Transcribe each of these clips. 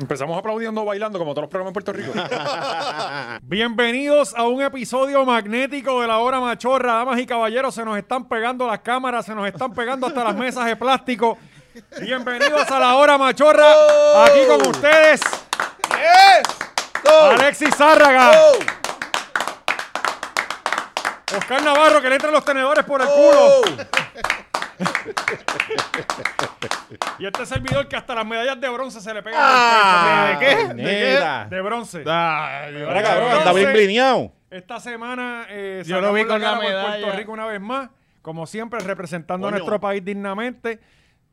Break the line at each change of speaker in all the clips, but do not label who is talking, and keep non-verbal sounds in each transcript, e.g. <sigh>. Empezamos aplaudiendo, bailando, como todos los programas en
<laughs>
Puerto Rico.
Bienvenidos a un episodio magnético de la hora machorra, damas y caballeros. Se nos están pegando las cámaras, se nos están pegando hasta las mesas de plástico. Bienvenidos a la hora machorra. Aquí con ustedes, Alexis Zárraga. Oscar Navarro, que le entran los tenedores por el culo. Y este servidor que hasta las medallas de bronce se le pegan. al pecho.
Ah. ¿De qué?
De, de bronce.
Ahora,
cabrón,
cabrón,
está
está
bien
bien blineado.
Esta semana eh,
Yo lo vi
sacamos
con la
cara por
medalla.
Puerto Rico una vez más, como siempre, representando a nuestro país dignamente.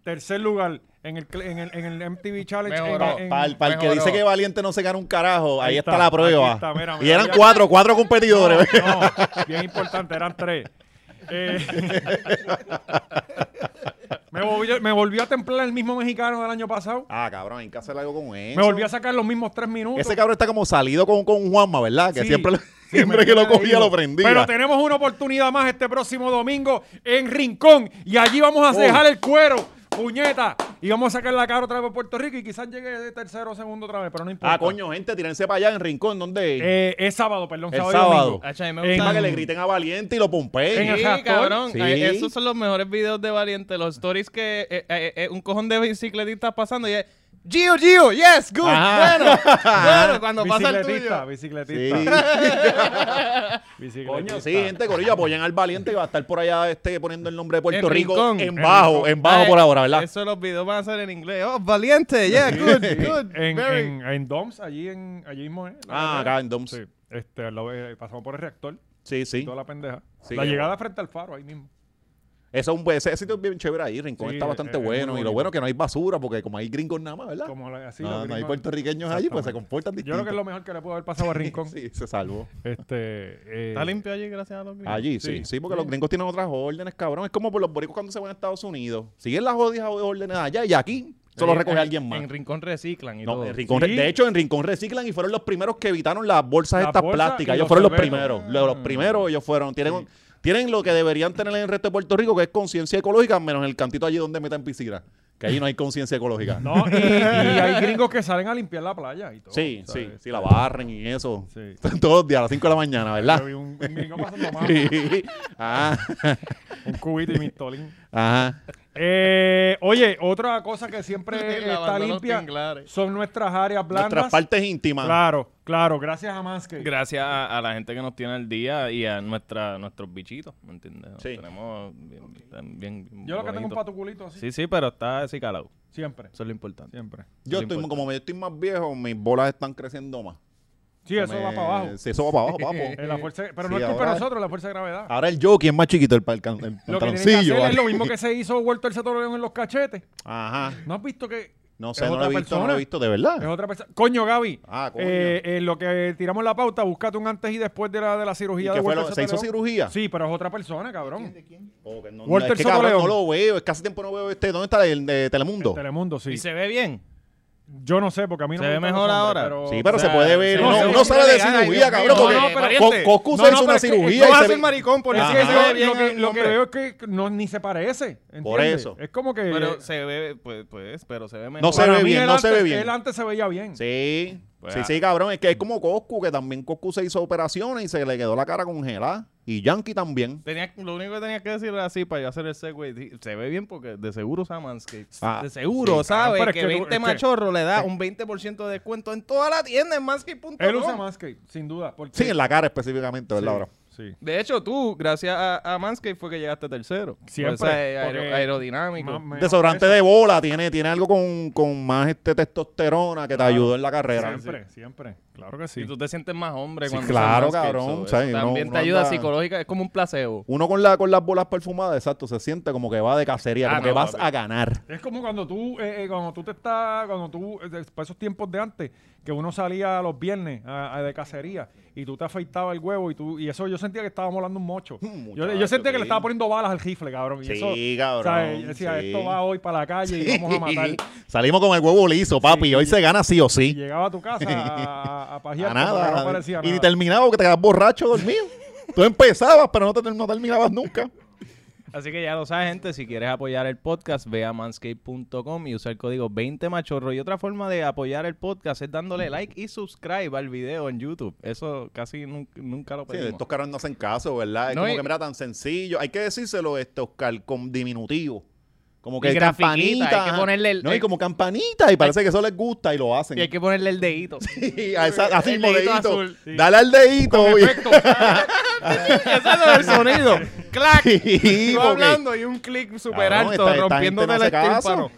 Tercer lugar en el, cl- en el, en el MTV Challenge.
Mejoró.
en- en-
Para el, que
Mejoró.
dice que Valiente no se gana un carajo, ahí,
Ahí
está,
está,
la prueba.
aquí está, mira, mira,
y eran
mira.
cuatro, cuatro competidores.
No, no, bien importante, eran tres. Eh, <laughs> me, volvió, me volvió a templar el mismo mexicano del año pasado.
<laughs> Ah, cabrón, hay que hacer algo con Ah, eso.
Me volvió a sacar los mismos tres minutos.
Ese cabrón está como salido con, con Juanma, ¿verdad? Que
Sí,
siempre, lo-
sí,
<laughs> siempre
me
que lo
tiene
cogía
ahí.
lo prendía.
Pero tenemos una oportunidad más este próximo domingo en Rincón. Y allí vamos
Oh.
a dejar el cuero, puñeta. Y vamos a sacar la cara otra vez por Puerto Rico. Y quizás llegue de tercero o segundo otra vez, pero no importa.
Ah, coño, gente, tírense para allá en Rincón, donde
Eh, es sábado, perdón.
El
sábado. y
sábado.
domingo.
Hacho, a mí me
En-
gustan-
para que le griten a Valiente y lo
En el
pompeen.
Sí,
Jacón.
cabrón.
Sí.
Eh, Esos son los mejores videos de Valiente. Los stories que eh, eh, eh, un cojón de bicicletistas pasando y es Gio, Gio, yes, good,
Ajá. <laughs>
bueno, bueno, cuando pasa el
Bicicletista,
tuyo.
bicicletista. <laughs> bicicletista.
Coño, sí, gente, Corillo, apoyan al Valiente que va a estar por allá este, poniendo el nombre de Puerto
En
Rico
Rincón.
en
En
bajo,
Rincón. Ah,
en bajo por ahora, ¿verdad?
Eso los videos van a ser en inglés. Oh, Valiente, yeah, good, good,
Eh, En,
very.
en, en Doms, allí, en, allí mismo. eh,
Ah,
la-
acá en Doms.
Sí, este, al lado, eh, pasamos por el reactor.
Sí, sí.
Toda la pendeja.
Sí,
la
que-
llegada frente al faro, ahí mismo.
Eso es un buen- ese, ese sitio es bien chévere ahí, Rincón
Sí, e,
está bastante
es- es muy
bueno. Y
bonito.
lo bueno es que no hay basura, porque como hay gringos nada más, ¿verdad?
Como la- así
Ah, no,
los
no hay
gringos-
puertorriqueños allí, pues se comportan
Yo
distintos.
creo que es lo mejor que le pudo haber pasado a Rincón.
Sí, se salvó.
Este, eh,
Está limpio allí gracias a los videos.
Allí, sí,
Sí.
sí, porque los gringos tienen otras órdenes, cabrón. Es como por los boricos cuando se van a Estados Unidos. Siguen las jodidas órdenes allá y aquí solo
Sí,
recoge
en-
alguien más.
En Rincón reciclan y
No,
todo.
en Rincón-
Sí.
De hecho, en Rincón reciclan y fueron los primeros que evitaron las bolsas
Las
estas
bolsas
plásticas.
y
Ellos
los Mm.
fueron los
sorbetos.
primeros. Los, los primeros ellos fueron. Tienen, tienen lo que deberían tener en el resto de Puerto Rico, que es conciencia ecológica, menos en el cantito allí donde metan piscina. Que allí no hay conciencia ecológica.
No, y, y hay gringos que salen a limpiar la playa y todo.
sí, sí,
¿sabes?
sí, la barren y eso.
Sí.
<laughs> Todos los días a las 5 de la mañana,
Yo
¿verdad?
vi un, un gringo pasando más,
<laughs> Sí. Ah,
un cubito y mistolín.
ajá.
Eh, oye, otra cosa que
<laughs>
siempre está
Lavando los
limpia
tinglares.
son nuestras áreas blandas.
Nuestras partes íntimas.
Claro, claro, gracias a Manscaped.
Gracias a, a la gente que nos tiene al día y a nuestra, nuestros bichitos, ¿me entiendes? Nos
Sí.
Tenemos bien, bien, bien
Yo lo que tengo es un
bonitos.
patuculito así.
Sí, sí, pero está así calado.
Siempre,
Eso es lo importante.
siempre.
Yo
Lo
estoy,
importante.
como yo estoy más viejo, mis bolas están creciendo más.
Sí, eso
Me-
va para abajo.
Sí, eso va para
<laughs>
abajo, papo.
Eh, la fuerza, pero
Sí,
no es culpa de
ahora- Ah,
nosotros, la fuerza de gravedad.
Ahora el jockey es más chiquito, el, pal- el,
Lo que tiene que
pantaloncillo,
hacer es
¿vale?
lo
<laughs>
mismo que se hizo Huerta el Soto León en los cachetes.
Ajá.
¿No has visto que
No
es
sé, no lo
otra
he visto, no lo
persona?
he visto, de
Es
verdad.
otra persona. Coño, Gaby.
Ah, coño.
Eh, eh, lo que tiramos la pauta, búscate un antes y después de la, de la
¿Y
cirugía de
qué fue
Walter
lo- ¿Se hizo
Soto León.
cirugía?
Sí, pero es otra persona, cabrón.
Oh, que no,
Walter
es que,
Soto
cabrón,
León.
no lo veo, es que hace tiempo no veo este. ¿Dónde está el de Telemundo?
Telemundo, sí.
Y se ve bien.
Yo no sé, porque a mí no
Se
me
ve
gustan
mejor
los hombres,
ahora.
Sí, pero
o sea,
se puede ver.
se-
No,
se-
uno
se-
sabe de
se- ay,
cirugía,
Dios
cabrón.
mío,
porque
no, pero
Co-
este-
Coscu
no,
se
no,
hizo
pero
una
es que-
cirugía
No
y
va a
Ah, se
ser
ve-
maricón por
Es
Ajá.
que
eso.
eso
Se ve
es lo,
bien
que, lo
el
que
hombre.
veo es que no, ni se parece. ¿entiendes?
Por eso.
Es como que.
Pero se ve, pues, pues, pero se ve mejor.
No se
para
ve
mí
bien,
él
no se
antes-
ve bien.
Él antes se veía bien.
Sí.
Pues,
sí,
ah.
sí, cabrón. Es que es como Coscu, que también Coscu se hizo operaciones y se le quedó la cara congelada. Y Yankee también.
Tenía, lo único que tenía que decir era así para yo hacer el segue. Di- Se ve bien porque de seguro usa Manscaped.
Ah,
de seguro
sí.
sabe
Pero es
que,
que tú-
20
es que-
machorro le da un 20% de descuento en toda la tienda en manscaped.com.
Él usa Manscaped, sin duda. Porque,
Sí, en la cara específicamente, ¿verdad, bro?
Sí.
De hecho, tú, gracias a, a Manscaped, fue que llegaste tercero.
Siempre,
Por ese aer-
porque-
aerodinámico.
Más- me-
Desodorante de bola, tiene, tiene algo con, con más este testosterona que te ayudó en la carrera.
Siempre, siempre. Claro que sí.
Y tú te sientes más hombre
Sí,
cuando
claro,
usas Manscaped,
cabrón,
so,
o sea,
eso
no-
también te
uno
ayuda
anda-
psicológica, es como un placebo.
Uno con, la, con las bolas perfumadas, exacto, se siente como que va de cacería,
Ah,
como
no,
que vas
papi.
a ganar.
Es como cuando tú, eh, eh, cuando tú te estás, cuando tú, eh, para esos tiempos de antes, que uno salía los viernes a- a- de cacería y tú te afeitabas el huevo y tú, y eso yo sentía que estaba molando un mocho.
Mm,
Yo, yo
muchacho,
sentía que le
sí.
estaba poniendo balas al rifle, cabrón. Y
Sí,
eso,
cabrón,
¿sabes? Yo decía,
sí.
esto va hoy para la calle y vamos a
<laughs>
matar.
Salimos con el huevo liso, papi. Hoy se gana sí o
Y
sí.
llegaba a tu casa a, a, a pajear
A
como que pues, no
nada.
parecía
y ni
nada.
terminaba porque te quedas borracho dormido. Tú empezabas, pero no, te, no terminabas nunca.
Así que ya lo sabes, gente. Si quieres apoyar el podcast, ve a manscape.com y usa el código 20machorro. Y otra forma de apoyar el podcast es dándole like y subscribe al video en YouTube. Eso casi nun- nunca lo
Sí,
pedimos.
estos caras no hacen caso, ¿verdad? Es
Pues, No,
como
y-
que mira tan sencillo. Hay que decírselo, este Oscar, con diminutivo. Como que
Y
el
grafiquita,
campanita.
hay que
ajá.
ponerle el-
no,
el-
y como campanita, y parece que eso les gusta y lo hacen.
y hay
<laughs>
que ponerle el dedito.
Sí, a esa- así
el
mismo,
dedito
dedito.
azul, sí.
Dale al dedito. <laughs> y-
<laughs> Ese es
<laughs>
el sonido. ¡Clac!
Sí,
Tú
porque-
hablando y un clic super
Cabrón,
alto,
esta- esta
rompiéndote
gente no
el
hace caso.
tímpano.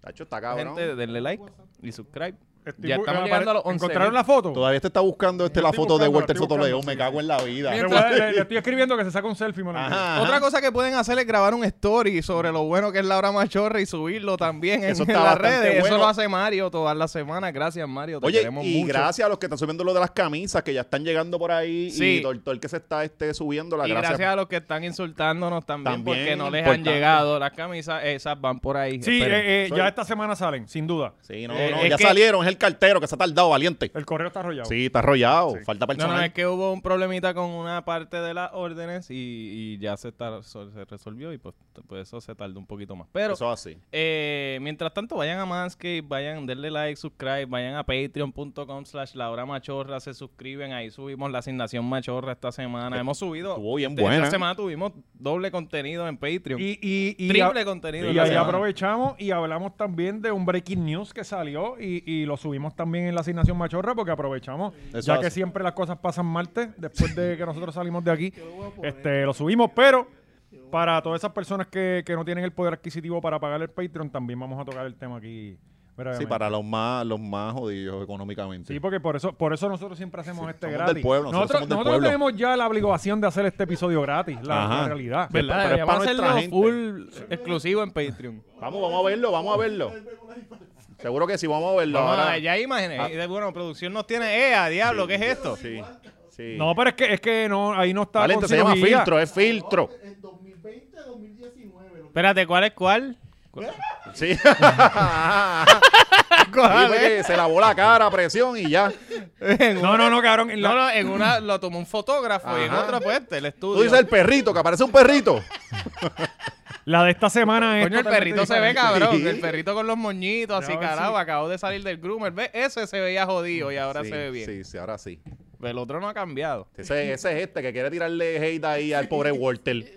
Tacho, está cabrón.
Gente, denle like y subscribe.
Estoy
ya
bu-
estamos
apare-
llegando a los ¿eh? 11.
¿Encontraron la foto?
Todavía te está buscando este, la
estoy
foto de
buscando,
Walter
estoy
Soto
buscando,
León. Me
sí.
cago en la vida.
Le,
Mientras-
voy a- le- le estoy escribiendo que se saca un selfie, mano.
Ajá, ajá.
Otra cosa que pueden hacer es grabar un story sobre lo bueno que es la hora machorra y subirlo también en,
Eso
en
está
las
bastante
redes. Eso
bueno.
lo hace Mario todas las semanas. Gracias, Mario. Te
Oye,
queremos
y
mucho.
gracias a los que están subiendo lo de las camisas, que ya están llegando por ahí.
Sí.
Y todo, el- todo el que se está este, subiendo, la
Y
gracias.
gracias a los que están insultándonos también,
También
porque no les
importante.
han llegado las camisas. Esas van por ahí.
Sí,
Esperen.
eh, eh,
Soy-
ya esta semana salen, sin duda.
Sí, no,
Eh,
no,
es
ya
que-
salieron. Es el cartero que se ha tardado, valiente.
El correo está arrollado.
Sí, está arrollado. Falta
no,
personal.
no, es que hubo un problemita con una parte de las órdenes y, y ya se, tar- se resolvió y pues, pues eso se tardó un poquito más. Pero
Eso así.
Eh, mientras tanto, vayan a Manscaped, vayan, denle like, subscribe, vayan a patreon.com slash Laura Machorra, se suscriben, ahí subimos la asignación Machorra esta semana. Hemos subido...
Estuvo bien
esta-
buena.
Esta semana tuvimos doble contenido en Patreon.
Y, y, y,
triple contenido.
y
esta
ahí
semana.
aprovechamos y hablamos también de un breaking news que salió y, y lo subimos también en la asignación machorra porque aprovechamos,
Eso
ya
hace.
que siempre las cosas pasan martes después de que nosotros salimos de aquí, este lo subimos, pero para todas esas personas que, que no tienen el poder adquisitivo para pagar el Patreon, también vamos a tocar el tema aquí. brevemente.
Sí, para los más, los más jodidos económicamente.
Sí, porque por eso, por eso nosotros siempre hacemos este
somos
gratis.
del pueblo, nosotros
nosotros
somos del
nosotros
pueblo.
tenemos ya la obligación de hacer este episodio gratis, la,
Ajá.
la realidad.
Pero-
¿Verdad?
pero es
Deberíamos
para nuestra
hacerlo
gente.
full exclusivo en Patreon.
Vamos, vamos a verlo, vamos a verlo. Seguro que sí, vamos a verlo.
Vamos a
ahora.
ver, ya hay imágenes. Y de- Bueno, producción nos tiene... ¡Eh, a diablo! ¿Qué es esto?
Ah. Sí, sí.
No, pero es que, es que no, ahí no está
Valiente, se llama
conciología.
filtro, es filtro.
En 2020, 2019. Lo...
Espérate, ¿cuál es cuál?
Sí. Sí, porque se lavó la cara, a presión y ya.
No, no, no, cabrón. en la-
No, no, en una lo tomó un fotógrafo y en
Ajá.
otra pues este, el estudio.
Tú dices el perrito, que aparece un perrito.
La de esta semana es.
Coño, el
totalmente
perrito se ve
diferente.
cabrón.
Sí.
El perrito con los moñitos, así
Ya,
carajo,
sí.
acabó de salir del groomer. ¿Ves? Ese se veía jodido y ahora
Sí,
se ve bien.
Sí, sí, ahora sí.
Pero El otro no ha cambiado.
Ese, ese es este que quiere tirarle hate ahí al pobre Walter.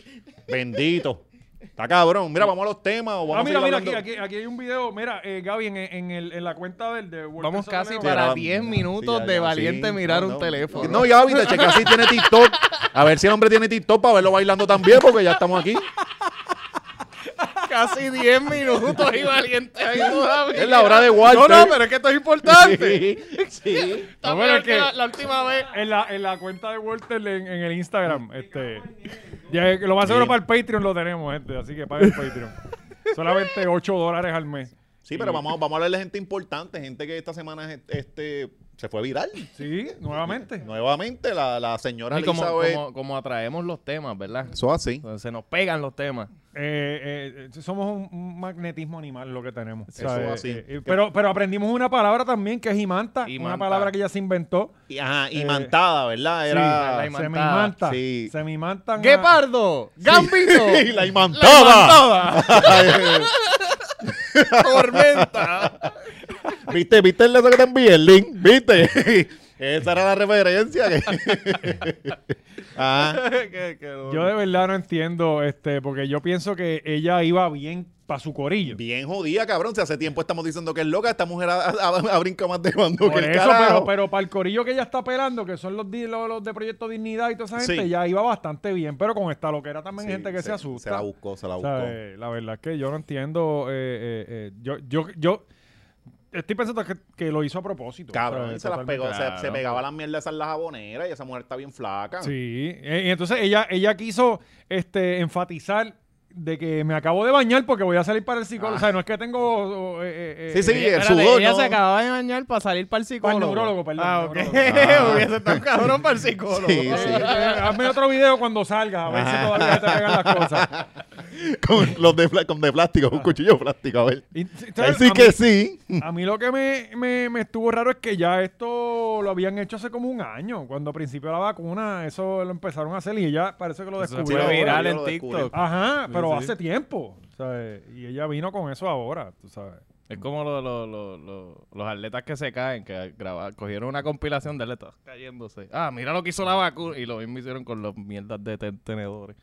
Bendito. Está cabrón. Mira, vamos a los temas. O vamos
Ah, mira,
a seguir
mira,
hablando.
aquí, aquí, aquí hay un video. Mira, eh, Gaby, en, en, el- en la cuenta del de Walter
Vamos casi
Sotomayor.
para
ahora-
10 minutos de valiente mirar un teléfono.
No, ya ahorita chequea si tiene TikTok. A ver si el hombre tiene TikTok para verlo bailando también, porque ya estamos aquí.
<laughs> Casi 10 minutos y valiente ahí todavía.
Es la hora de Walter.
No, no, pero es que esto es importante.
Sí,
<laughs>
sí.
Está
No,
peor
pero es
que
que-
la, la última vez.
En la, en la cuenta de Walter en, en el Instagram. Este, ya, eh, lo más seguro
Sí.
para el Patreon lo tenemos, gente. Así que paga el Patreon. Solamente 8 dólares al mes.
Sí, pero vamos, vamos a hablar de gente importante, gente que esta semana este, se fue viral.
Sí, nuevamente.
Nuevamente, la, la señora
Y como,
Elizabeth.
como- como atraemos los temas, ¿verdad?
Eso así.
Entonces se nos pegan los temas.
Eh, eh, somos un- un magnetismo animal lo que tenemos.
Eso así.
eh, eh, pero, pero aprendimos una palabra también que es imanta,
Imanta.
Una palabra que ya se inventó.
Y, ajá, y mantada, ¿verdad? Era.
la
se me
imantada.
imanta.
Sí.
Se me imantan. a-
¡Guepardo! ¡Gambito!
<laughs> Sí, la imantada.
¡Levantada! ¡Tormenta!
<laughs>
<laughs>
¿Viste? ¿Viste el eso que te envié? El link, ¿viste? <laughs> Esa era la referencia. que- <laughs> Ah, Ajá.
Qué- qué duro.
Yo de verdad no entiendo, este, porque yo pienso que ella iba bien para su corillo.
Bien jodida, cabrón. Si hace tiempo estamos diciendo que es loca, esta mujer ha, ha- ha brincado más de bando
Por
que el
eso,
carajo.
pero, pues, pero para el corillo que ella está pelando, que son los, di- los, los de Proyecto Dignidad y toda esa gente,
Sí.
ella iba bastante bien, pero con esta loquera también hay
Sí,
gente que se, asusta.
Se la buscó, se la
O
buscó.
sea, eh, la verdad es que yo no entiendo. eh, eh, eh, yo, yo, yo estoy pensando que, que lo hizo a propósito.
Cabrón,
o sea,
se las
totalmente.
pegó, se- se,
Claro.
pegaba las mierdas esas en la jabonera y esa mujer está bien flaca.
Sí, eh, y entonces ella, ella quiso este, enfatizar de que me acabo de bañar porque voy a salir para el psicólogo. O sea, no es que tengo... o, eh, eh,
Ah. Sí, sí,
eh,
el
Espérate,
sudor,
ella
¿no?
se acaba de bañar para salir para el
Para
psicólogo.
el neurólogo, perdón.
Ah, ok.
Ah.
<laughs> Hubiese estado cabrón para el psicólogo.
Sí, <laughs>
Eh, eh, Hazme otro video cuando salgas, a ver si todavía te pegan las cosas.
<laughs> con los de, pla- con de plástico, un cuchillo de plástico, a ver.
Y- t- t-
Ahí sí
a
que
mí-
sí.
A mí lo que me, me- me estuvo raro es que ya esto lo habían hecho hace como un año, cuando al principio la vacuna, eso lo empezaron a hacer y ya parece que lo
Eso se
descubrió.
fue
ahora,
viral
yo
en
lo descubrí.
TikTok.
Ajá, pero
sí.
hace tiempo. ¿sabes? Y ella vino con eso ahora, tú sabes.
Es como lo- lo- lo- lo- los atletas que se caen, que graba- cogieron una compilación de atletas cayéndose. Ah, mira lo que hizo la vacuna. Y lo mismo hicieron con los mierdas de ten- tenedores.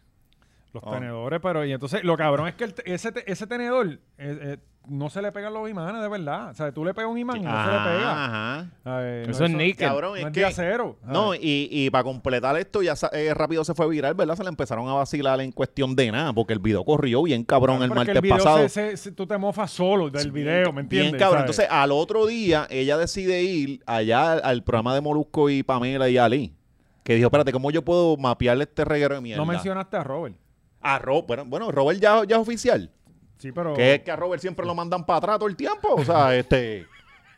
Los
Ah.
tenedores, pero y entonces lo cabrón es que el te- ese, te- ese tenedor eh, eh, no se le pegan los imanes de verdad. O sea, tú le pegas un imán y no se le pega.
Ajá.
¿sabes? No,
eso es níquel.
Cabrón,
no
Ah. es
es de
que...
acero.
No,
¿sabes?
y, y para completar esto, ya sa- eh, rápido se fue viral, ¿verdad? Se la empezaron a vacilar en cuestión de nada, porque el video corrió bien cabrón el
Porque
martes
video
pasado.
se- se- se- tú te mofas solo del video, ¿me entiendes?
Bien cabrón.
¿sabes?
Entonces, al otro día, ella decide ir allá al, al programa de Molusco y Pamela y Ali. Que dijo, espérate, ¿cómo yo puedo mapearle este reguero de mierda?
no mencionaste a Robert.
A Robert, bueno, bueno, Robert ya, ya es oficial.
Sí, pero.
Que es que a Robert siempre lo mandan para atrás todo el tiempo. O
<laughs>
sea, este...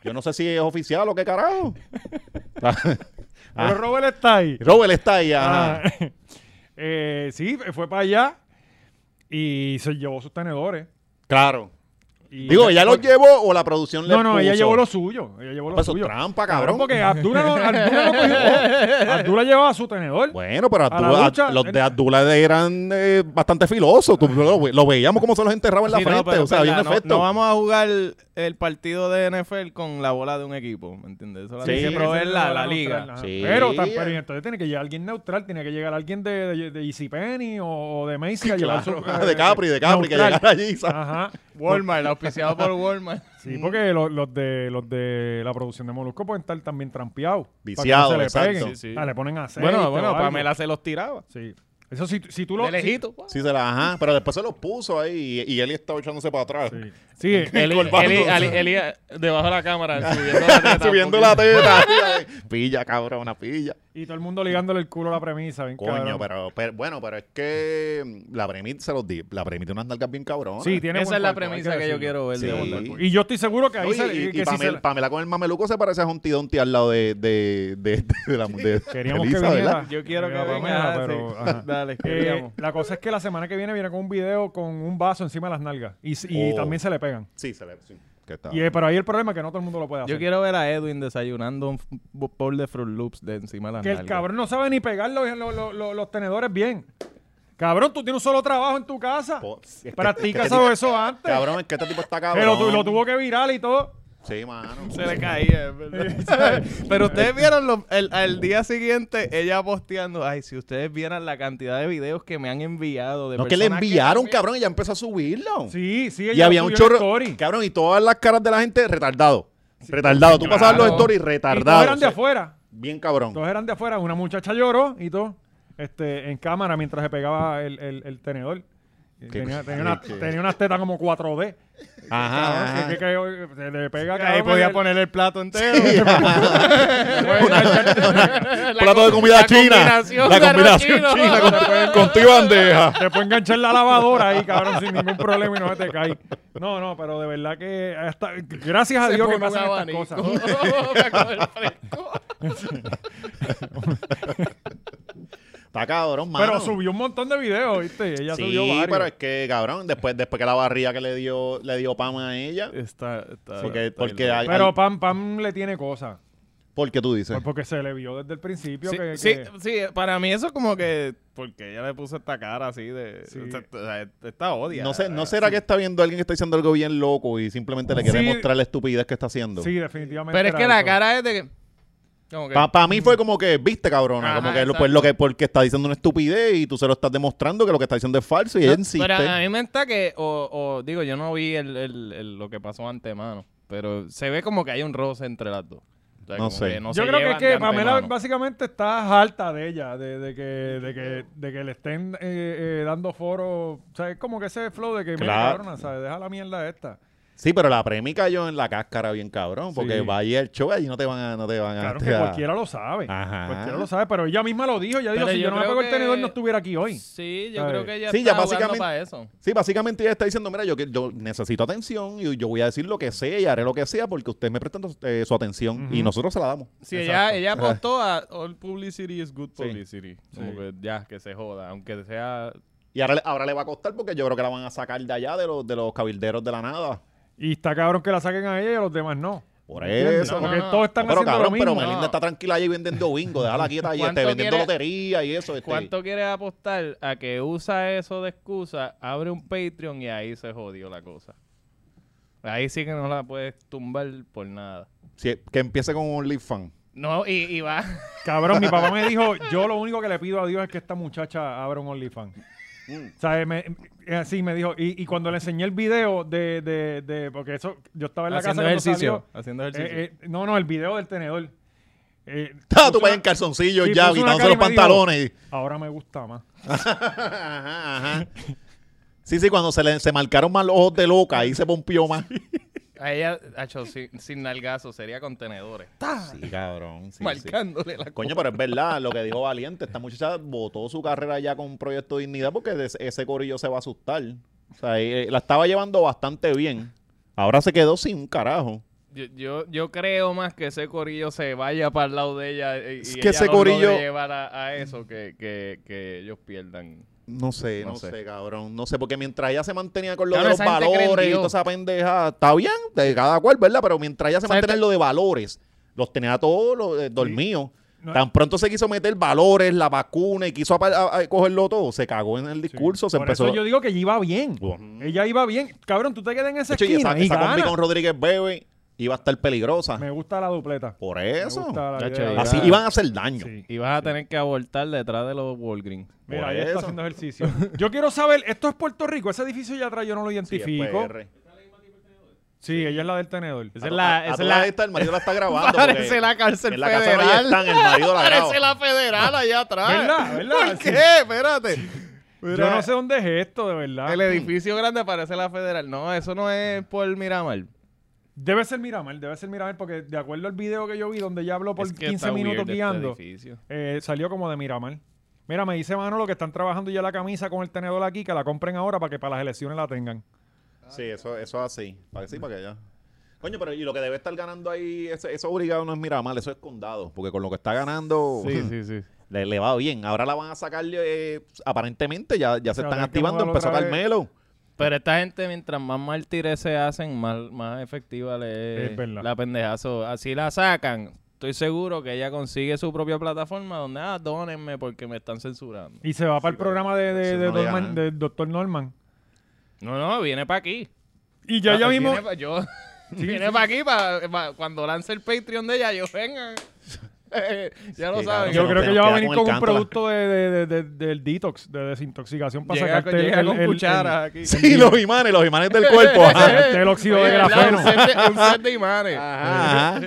Yo no sé si es oficial o qué carajo. <laughs> Ah.
Pero Robert está ahí.
Robert está ahí, ajá.
Ah, <laughs> eh, sí, fue para allá y se llevó sus tenedores.
Claro.
Y-
Digo, ¿ella los llevó o la producción le
No, no, ella
puso?
llevó lo suyo. Ella llevó lo
Pues eso
suyo.
trampa, cabrón.
Porque Abdullah no, Abdullah no cogió- Abdullah llevaba su tenedor.
Bueno, pero
la
Abdullah-
ducha,
los de
en-
Abdullah eran eh, bastante filosos. Tú- lo, lo veíamos como se los enterraba en la
Sí, no,
frente.
pero
o sea,
es
había un
verdad, no,
efecto.
no vamos a jugar el partido de NFL con la bola de un equipo, ¿me entiendes? Eso lo
Sí,
tiene que
sí,
proveer
Esa es
la,
bola
la
neutral,
liga.
ajá.
Sí.
Pero,
eh.
tan- pero entonces tiene que llegar alguien neutral, tiene que llegar alguien de, de, de EasyPenny o, o de Macy a llevar su.
<laughs>
Claro, de Capri, de Capri, que
neutral. Ah.
llegara allí. ¿sabes?
Ajá.
Walmart, auspiciado por Walmart. <laughs>
Sí, porque lo- los, de, los de la producción de Molusco pueden estar también trampeados. para que no
Viciados,
se le
exacto.
peguen.
Sí, sí.
Ah, le ponen aceite.
Bueno,
o
bueno,
algo.
Pamela se los tiraba.
Sí. Eso si, si tú lo...
De lejito.
Sí, se la, ajá. Pero después se los puso ahí y, y Eli estaba echándose para atrás. <laughs>
Sí.
<laughs>
sí. Sí,
Eli,
Colgando.
Eli- Ali- Eli, eh, debajo de la <laughs> cámara, subiendo la teta.
Subiendo
<laughs>
<laughs>
la teta. pilla, cabrón, una pilla.
Y todo el mundo ligándole el culo a la premisa. Bien
Coño,
cabrón.
pero, pero- bueno, pero es que mm, la premit se los di. La premit tiene unas nalgas bien cabronas.
Sí, tiene
Esa
buen
es la
cuerpo, hay
premisa que
decirlo.
yo quiero ver. de
Sí.
Walmart.
Y yo estoy seguro que ahí
Oye,
se...
y,
que
y
si
Pamela,
se-
Pamela con el mameluco se parece a Humpty Dumpty al lado de, de, de, de la de,
Queríamos
de
que
Lisa, ¿verdad?
viniera.
Yo quiero que
Pero
venga.
Pamela, pero,
<laughs> sí.
ajá.
Dale, que
Eh,
veamos.
la cosa es que la semana que viene viene con un video con un vaso encima de las nalgas. Y, s- y
Oh. Ah.
también se le pegan.
Sí, se le... sí. Que está-
Y, eh, pero ahí el problema es que no todo el mundo lo puede hacer.
Yo quiero ver a Edwin desayunando un f- bowl de Fruit Loops de encima de la
Que el cabrón no sabe ni pegar los, los- los- los- los tenedores bien. Cabrón, tú tienes un solo trabajo en tu casa.
Po- es que-
Practica
es que-
sobre eso antes.
Cabrón, es que este tipo está cabrón.
Pero tú- lo tuvo que virar y todo.
Sí, mano.
Se le caía,
<laughs>
es verdad. <laughs> Pero ustedes vieron lo- el, al día siguiente ella posteando. Ay, si ustedes vieran la cantidad de videos que me han enviado. De
No, que le
personas
enviaron,
también-
cabrón, y ya empezó a subirlo.
Sí, sí.
y
ella
había
lo
un
subió en
chorro.
story.
Cabrón, y todas las caras de la gente retardado. Retardado. Tú pasabas los stories
Y todos
retardados.
eran de
O sea,
afuera.
Bien cabrón.
Todos eran de afuera. Una muchacha lloró y todo. Este, en cámara mientras se pegaba el, el- el tenedor. Tenía, tenía una,
qué-
tenía unas tetas como 4D.
Ajá.
Cabrón, que- que- que se le pega
Ahí
cabrón,
podía
el- <laughs>
poner el plato entero.
Plato de comida china. la combinación china
<laughs>
con, con tu y bandeja.
Te puede enganchar la lavadora ahí, cabrón, sin ningún problema y no se te cae. No, no, pero de verdad que hasta- gracias a Dios que pasan estas cosas.
<laughs>
Está cabrón, mano.
Pero subió un montón de videos, ¿viste? Ella
Sí,
subió varios.
pero es que, cabrón, después, después que la barriga que le dio, le dio Pama a ella.
Está, está,
Porque-
está
porque
bien.
hay-
Pero Pam Pam le tiene cosas.
¿Por qué tú dices?
Pues porque se le vio desde el principio
Sí,
que,
sí,
que-
sí, <laughs> para mí eso como que... Porque ella le puso esta cara así de...
Sí.
o sea, o sea, Esta odia.
No, sé, ¿No será que está viendo a alguien que está diciendo algo bien loco y simplemente le quiere
eh, Sí.
mostrar la estupidez que está haciendo?
sí, definitivamente.
Pero es
era
que la
eso.
cara es de que... Como que...
Para mí fue como que, viste, cabrona,
Ajá,
como que lo-
exacto.
pues lo que porque está diciendo una estupidez y tú se lo estás demostrando que lo que está diciendo es falso y
No,
él insiste.
Pero a mí me está que... O, o digo, yo no vi el, el- el- lo que pasó antemano. Pero se ve como que hay un roce entre las dos. O sea,
No
como
sé.
que no
Yo
se
creo que es
llevan
que
de
Pamela
antemano.
básicamente está harta de ella, de, de que, de, que, de que le estén eh, eh, dando foro. O sea, es como que ese flow de que, mira,
Claro. Ah,
cabrona, ¿sabes? Deja la mierda esta.
Sí, pero la premi cayó en la cáscara bien cabrón, porque
Sí.
va a ir al show y no te van a, no te van a.
Claro
te
que
a-
cualquiera lo sabe.
Ajá.
Cualquiera lo sabe, pero ella misma lo dijo. Ella dijo,
Pero
si
yo
yo, no me
creo
pego el
que-
tenedor, no estuviera aquí hoy.
Sí, yo
¿Sabes?
creo que ella
Sí, ya
está jugando
básicamente-
para eso.
Sí, básicamente ella está diciendo, mira, yo, que- yo necesito atención y yo voy a decir lo que sea y haré lo que sea porque ustedes me prestan eh, su atención y nosotros se la damos.
Sí, ella, ella apostó a all publicity is good publicity. Como que ya, que se joda, aunque sea
Y ahora, le- ahora le va a costar porque yo creo que la van a sacar de allá, de los, de los cabilderos de la nada.
Y está cabrón que la saquen a ella y a los demás no.
Por
¿Entiendes?
eso.
Porque todos están
pero
haciendo
cabrón,
lo mismo.
pero Melinda está tranquila ahí vendiendo bingo,
<laughs>
déjala quieta ahí, este,
¿Cuánto
vendiendo
quiere-
lotería y eso. Este.
¿Cuánto quieres apostar a que usa eso de excusa, abre un Patreon y ahí se jodió la cosa? Ahí sí que no la puedes tumbar por nada.
Si- que empiece con un OnlyFans.
<laughs>
No, y, y va. <laughs>
Cabrón, mi papá me dijo, yo lo único que le pido a Dios es que esta muchacha abra un OnlyFans.
Mm.
O sea, me- eh, así me dijo. Y, y cuando le enseñé el video de, de- de- porque eso, yo estaba en la casa
Haciendo
cuando
ejercicio.
salió.
Haciendo ejercicio.
Eh, eh, no, no, el video del tenedor. Eh,
<laughs> Ah, tú
puso
vas en
una-
calzoncillos
sí,
ya,
puso una
quitándose
cara y
los
me dijo,
pantalones. <laughs> y-
Ahora me gusta más.
Ajá, ajá. Sí, sí, cuando se le se marcaron más los ojos de loca, ahí se pompió más.
A ella, hecho sin, sin nalgazo, sería contenedores.
Sí, cabrón. sí, sí.
marcándole la
Coño, pero es verdad lo que dijo Valiente. Esta muchacha votó su carrera ya con un proyecto de dignidad porque de- ese corillo se va a asustar. O sea, eh, la estaba llevando bastante bien. Ahora se quedó sin un carajo.
Yo, yo, yo creo más que ese corillo se vaya para el lado de ella eh, y,
Es que
ella
ese
los logre
corillo-
llevar a, a eso que, que, que ellos pierdan.
No sé, no,
No
sé.
sé.
cabrón. No sé, porque mientras ella se mantenía con lo
Claro,
de los
esa gente cree en
valores y
Dios.
toda esa pendeja, está bien, de cada cual, ¿verdad? Pero mientras ella se
Esa
mantenía en
gente-
lo de valores, los tenía todos los, eh, dormidos.
No-
Tan pronto se quiso meter valores, la vacuna y quiso apa- a- a- cogerlo todo, se cagó en el discurso, se
Por
empezó.
eso yo digo que ella iba bien.
Ujú.
Ella iba bien. Cabrón, tú te quedas en esa
De hecho, y
esquina
esa,
y
esa combi
gana.
con Rodríguez Bebe iba a estar peligrosa.
Me gusta la dupleta.
Por
Me
eso.
gusta la
Chacho,
idea.
ya.
Así iban a hacer daño.
Sí.
Y vas a tener que abortar detrás de los <laughs> Walgreens.
Mira,
Por
ahí está
eso.
haciendo ejercicio. Yo quiero saber, esto es Puerto Rico, ese edificio ya atrás yo no lo
Sí,
identifico.
PR.
Sí, esa es la del tenedor.
A
Esa es
to-
la-
a- a
esa es
todas
la-
estas, el marido la está
<laughs>
grabando.
Parece
porque
la cárcel
en la casa de ella
federal.
están, el marido la graba.
la federal allá atrás.
¿Verdad? ¿Verdad? Sí.
Espérate.
Yo no sé dónde es esto, de verdad.
El edificio grande parece la federal. No, eso no es por Miramar.
Debe ser Miramar, debe ser Miramar, porque de acuerdo al video que yo vi donde ella habló por
Es que
15
está
minutos
weird este
guiando,
edificio.
eh, salió como de Miramar. Mira, me dice Manolo que están trabajando ya la camisa con el tenedor aquí, que la compren ahora para que para las elecciones la tengan.
Sí, eso, eso es así. Para que sí, para que ya. Coño, pero y lo que debe estar ganando ahí, eso, eso obligado no es Miramar, eso es condado. Porque con lo que está ganando,
Sí, sí, sí.
<laughs> le, le va bien. Ahora la van a sacar, eh, aparentemente ya, ya se
Se va a
están
tener que
activando.
mudar
Empezó
otra vez.
Carmelo.
Pero esta gente, mientras más mártires se hacen, más, más efectiva le
Es verdad.
la pendejazo. Así la sacan. Estoy seguro que ella consigue su propia plataforma donde, ah, dónenme porque me están censurando.
Y se va para el programa de, de,
eso
de
no le
Norman-
gana.
de Dr. Norman.
No, no, viene para aquí.
Y ya ya
Ah,
mismo...
Viene
<laughs>
pa- yo, <laughs> viene para aquí, para cuando lance el Patreon de ella, yo vengan. <laughs> ya lo
Sí, cabrón,
saben.
Yo
Nos
creo que ya
queda-
va a
queda
venir
con
con,
el
un
canto,
producto de, de- de- de- del detox, de desintoxicación para
Llega,
sacarte
llega
el-
con
el- el-
cucharas aquí.
Sí, los imanes, los imanes del cuerpo. Ajá.
Sacarte el óxido de
Oye, ¿verdad?
grafeno. Ah.
Un set de, un set de imanes.
Ajá, ajá.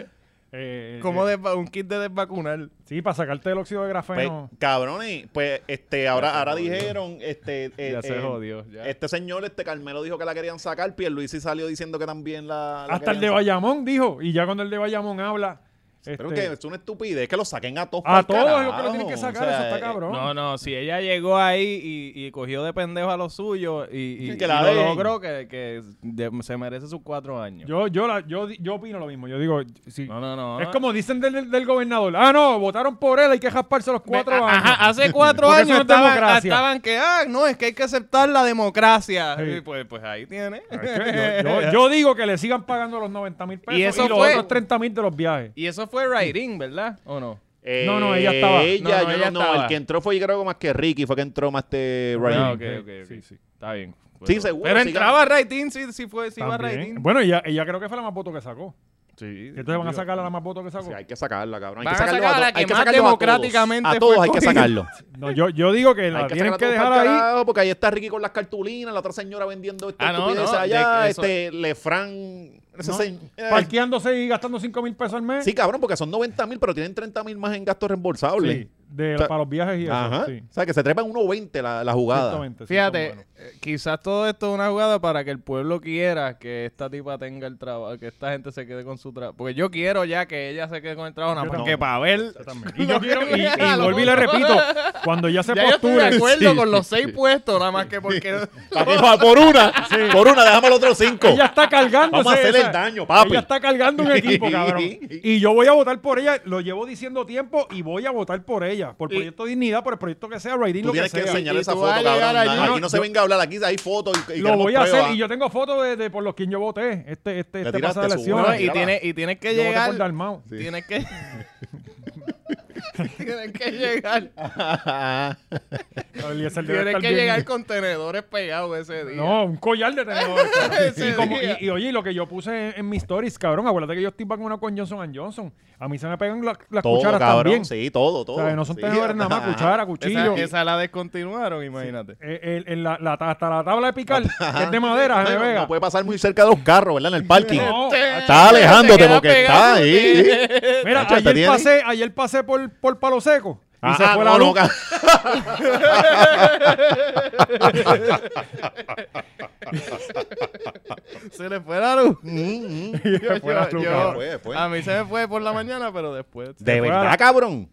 eh,
Como
eh,
desva- un kit de desvacunar.
Sí, para sacarte el óxido de
Pues,
grafeno.
cabrones, pues este, ahora,
se
ahora
jodió.
dijeron, este, eh,
<laughs> Ya se
eh,
jodió, ya.
este señor, este Carmelo dijo que la querían sacar, Pierluisi salió diciendo que también la, la
Hasta el
querían
de
sacar.
Bayamón dijo. Y ya cuando el de Bayamón habla.
Pero
este,
que es una estupidez, que lo saquen a todos.
a
pa'l
todos es lo que
carajo.
lo tienen que
O
sacar.
sea,
eso está
eh,
cabrón.
No, no, si ella llegó ahí y, y cogió de pendejo a los suyos y, y-
Que
y
la
lo
dejen.
logró, que, que de- se merece sus cuatro años.
Yo, yo, la- yo, di- yo opino lo mismo. Yo digo. sí.
no, no, no.
Es como dicen del- del, del gobernador. Ah, no, votaron por él. Hay que jasparse los cuatro
Ve-
años.
Ajá, hace cuatro
Porque eso no
años
es
estaban,
democracia.
estaban que, ah, no, es que hay que aceptar la democracia.
Sí.
Y pues, pues ahí tiene.
Es que Yo, yo- yo digo que le sigan pagando los 90 mil pesos y,
Y eso
los
fue-
otros 30 mil de los viajes.
Y eso fue Raiding, ¿verdad? ¿O no?
eh,
No, no, ella estaba.
Ella,
No, no,
yo
ella
no,
estaba.
el que entró fue, yo creo que más que Ricky, fue que entró más este Ryan.
Ah, ok, ok, ok.
Sí, sí.
Está bien.
Sí, seguro,
Pero
sí,
entraba Raiding, sí, sí, fue, sí iba
También.
Raiding.
Bueno, ella, ella creo que fue la más voto que sacó.
Sí.
Entonces van a sacar a la más voto que sacó.
Sí, hay que sacarla, cabrón. Hay
Van
que
a
sacarlo a,
sacar a la
todos. Hay
que
que
más
sacarlo a todos.
democráticamente
A todos
fue
hay que
escogida.
sacarlo.
No, yo, yo digo que la
Hay que
tienen
sacarla
que
todos
dejar
pa'l
ahí.
carajo, porque ahí está Ricky con las cartulinas, la otra señora vendiendo esta
Ah, no,
estupidez
no,
allá,
de- eso-
este Lefran. ese
No,
señ- eh,
Parqueándose y gastando 5 mil pesos al mes.
Sí, cabrón, porque son 90 mil, pero tienen 30 mil más en gastos reembolsables.
Sí, de-
O sea,
para los viajes y eso.
Ajá.
Sí,
O sea, que se trepan 1.20 la, la jugada.
exactamente, sí,
Fíjate, <laughs>
son buenos.
eh, quizás todo esto es una jugada para que el pueblo quiera que esta tipa tenga el trabajo, que esta gente se quede con su trabajo. Porque yo quiero ya que ella se quede con el trabajo, nada
Yo
más
también.
que para ver.
Y yo
lo
quiero,
que
y,
me
y
da la
vuelvo y le
boca.
repito,
<laughs>
cuando ya se
Ya yo estoy de
postule,
acuerdo
Sí.
con los seis puestos, nada más que porque.
<laughs> Papi, pa- por
<laughs>
una, por una, déjame los otros cinco.
ella está cargando.
Vamos a hacerle el daño, papi.
Ella
<laughs>
está cargando un equipo, cabrón. Y yo voy a votar por ella. Lo llevo diciendo tiempo y voy a votar por ella. Por proyecto dignidad, por el proyecto que sea, Raidin,
Tú
lo que
tienes que
sea.
enseñar
Y
esa
tú
foto,
vas a llegar
cabrón.
allí,
Aquí
no-
no se venga a hablar, aquí hay fotos y, y
lo
queremos
voy a
pruebas.
hacer
<laughs>
y yo tengo fotos de, de por los quien yo voté este, este,
Le
este
tiraste
pasado de
su
elecciones.
buena
No,
Bueno,
y,
tírala.
tiene, y tienes que
Yo voté por
llegar.
Dalmau.
Sí.
Tienes que. <laughs> tienes que llegar.
Eliezer debe
Tienes
estar
que
bien-
llegar con tenedores pegados ese día.
No, un collar de
<laughs>
tenedor. cabrón.
Ese
y, como-
día.
y- y oye, lo que yo puse en, en mis stories, cabrón, acuérdate que yo estoy vacunado con Johnson Johnson. A mí se me pegan la- las
Todo,
cucharas
cabrón.
también.
Sí, todo, todo.
o sea, no son
Sí.
tenedores nada más, cuchara,
Esa,
cuchillo.
esa la descontinuaron, imagínate.
Eh, el- el- la- la- hasta la tabla de picar, que es de
Bueno,
madera, se me
no,
pega.
puede Este, pasar muy cerca de los carros, ¿verdad? En el parking.
No.
Está alejándote porque está ahí.
Mira,
Nacho, ¿te
ayer
este. tiene?
pasé, ayer pasé por, por Palo Seco. Y
Ah,
se
ah,
fue
no,
la
no,
luz.
ca-
Se le fue la luz.
<laughs>
<laughs>
Mm, mm.
se fue la
Yo-
luz,
yo-
cabrón.
Fue, fue.
A mí se me fue por la mañana, pero después.
De
Ah, fue a la-
verdad, cabrón.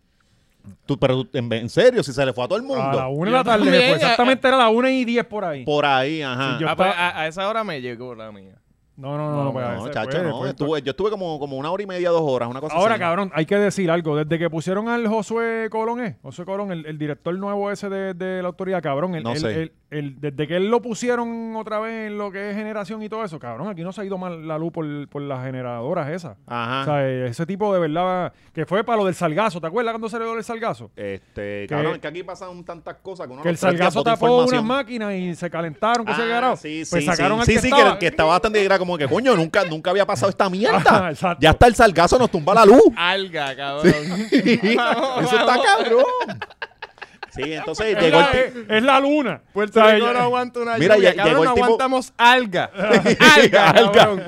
Tú- pero tú- en, en serio, si se le fue a todo el
A la
mundo.
una de la tarde,
también,
fue, exactamente era la una y diez por ahí.
Por ahí, ajá. Ah,
Sí, yo-
Ah, pues,
estaba-
a, a esa hora me llegó la mía.
No, no, no, no, pues,
no,
se
chacho,
fue,
no.
fue-
estuve- yo estuve como, como una hora y media, dos horas, una cosa
Ahora,
así.
cabrón, hay que decir algo. Desde que pusieron al Josué Colón, ¿eh? Josué Colón, el, el director nuevo ese de, de la autoridad, cabrón. El,
No
el-
sé.
el- el- desde que él lo pusieron otra vez en lo que es generación y todo eso, cabrón, aquí no se ha ido mal la luz por, por las generadoras esas.
Ah.
O
Ajá.
sea, eh, ese tipo de verdad que fue para lo del salgazo. ¿Te acuerdas cuando se le dio el salgazo?
Este, cabrón, es que aquí pasan tantas cosas que uno
Que
no
el
tres días
salgazo
bota
tapó unas
información.
máquinas y se calentaron, que se
Ah,
agarraron.
sí, sí,
pues sacaron
sí.
al
Sí,
que
sí,
estaba. <laughs>
que, <laughs> que estaba tan de- era como que, coño, nunca, nunca había pasado esta mierda.
Ajá, <laughs> exacto.
ya está el salgazo, nos tumba la luz.
Alga, cabrón.
Eso está cabrón. Sí, entonces
es,
llegó el
la,
eh,
tipo.
es- es la luna.
Puerto
O sea,
Rico
ya- <laughs>
no aguanta una
Mira, ya-
lluvia. cabrón,
llegó el
no
tipo-
aguantamos
<laughs>
alga. alga,
Alga.
cabrón.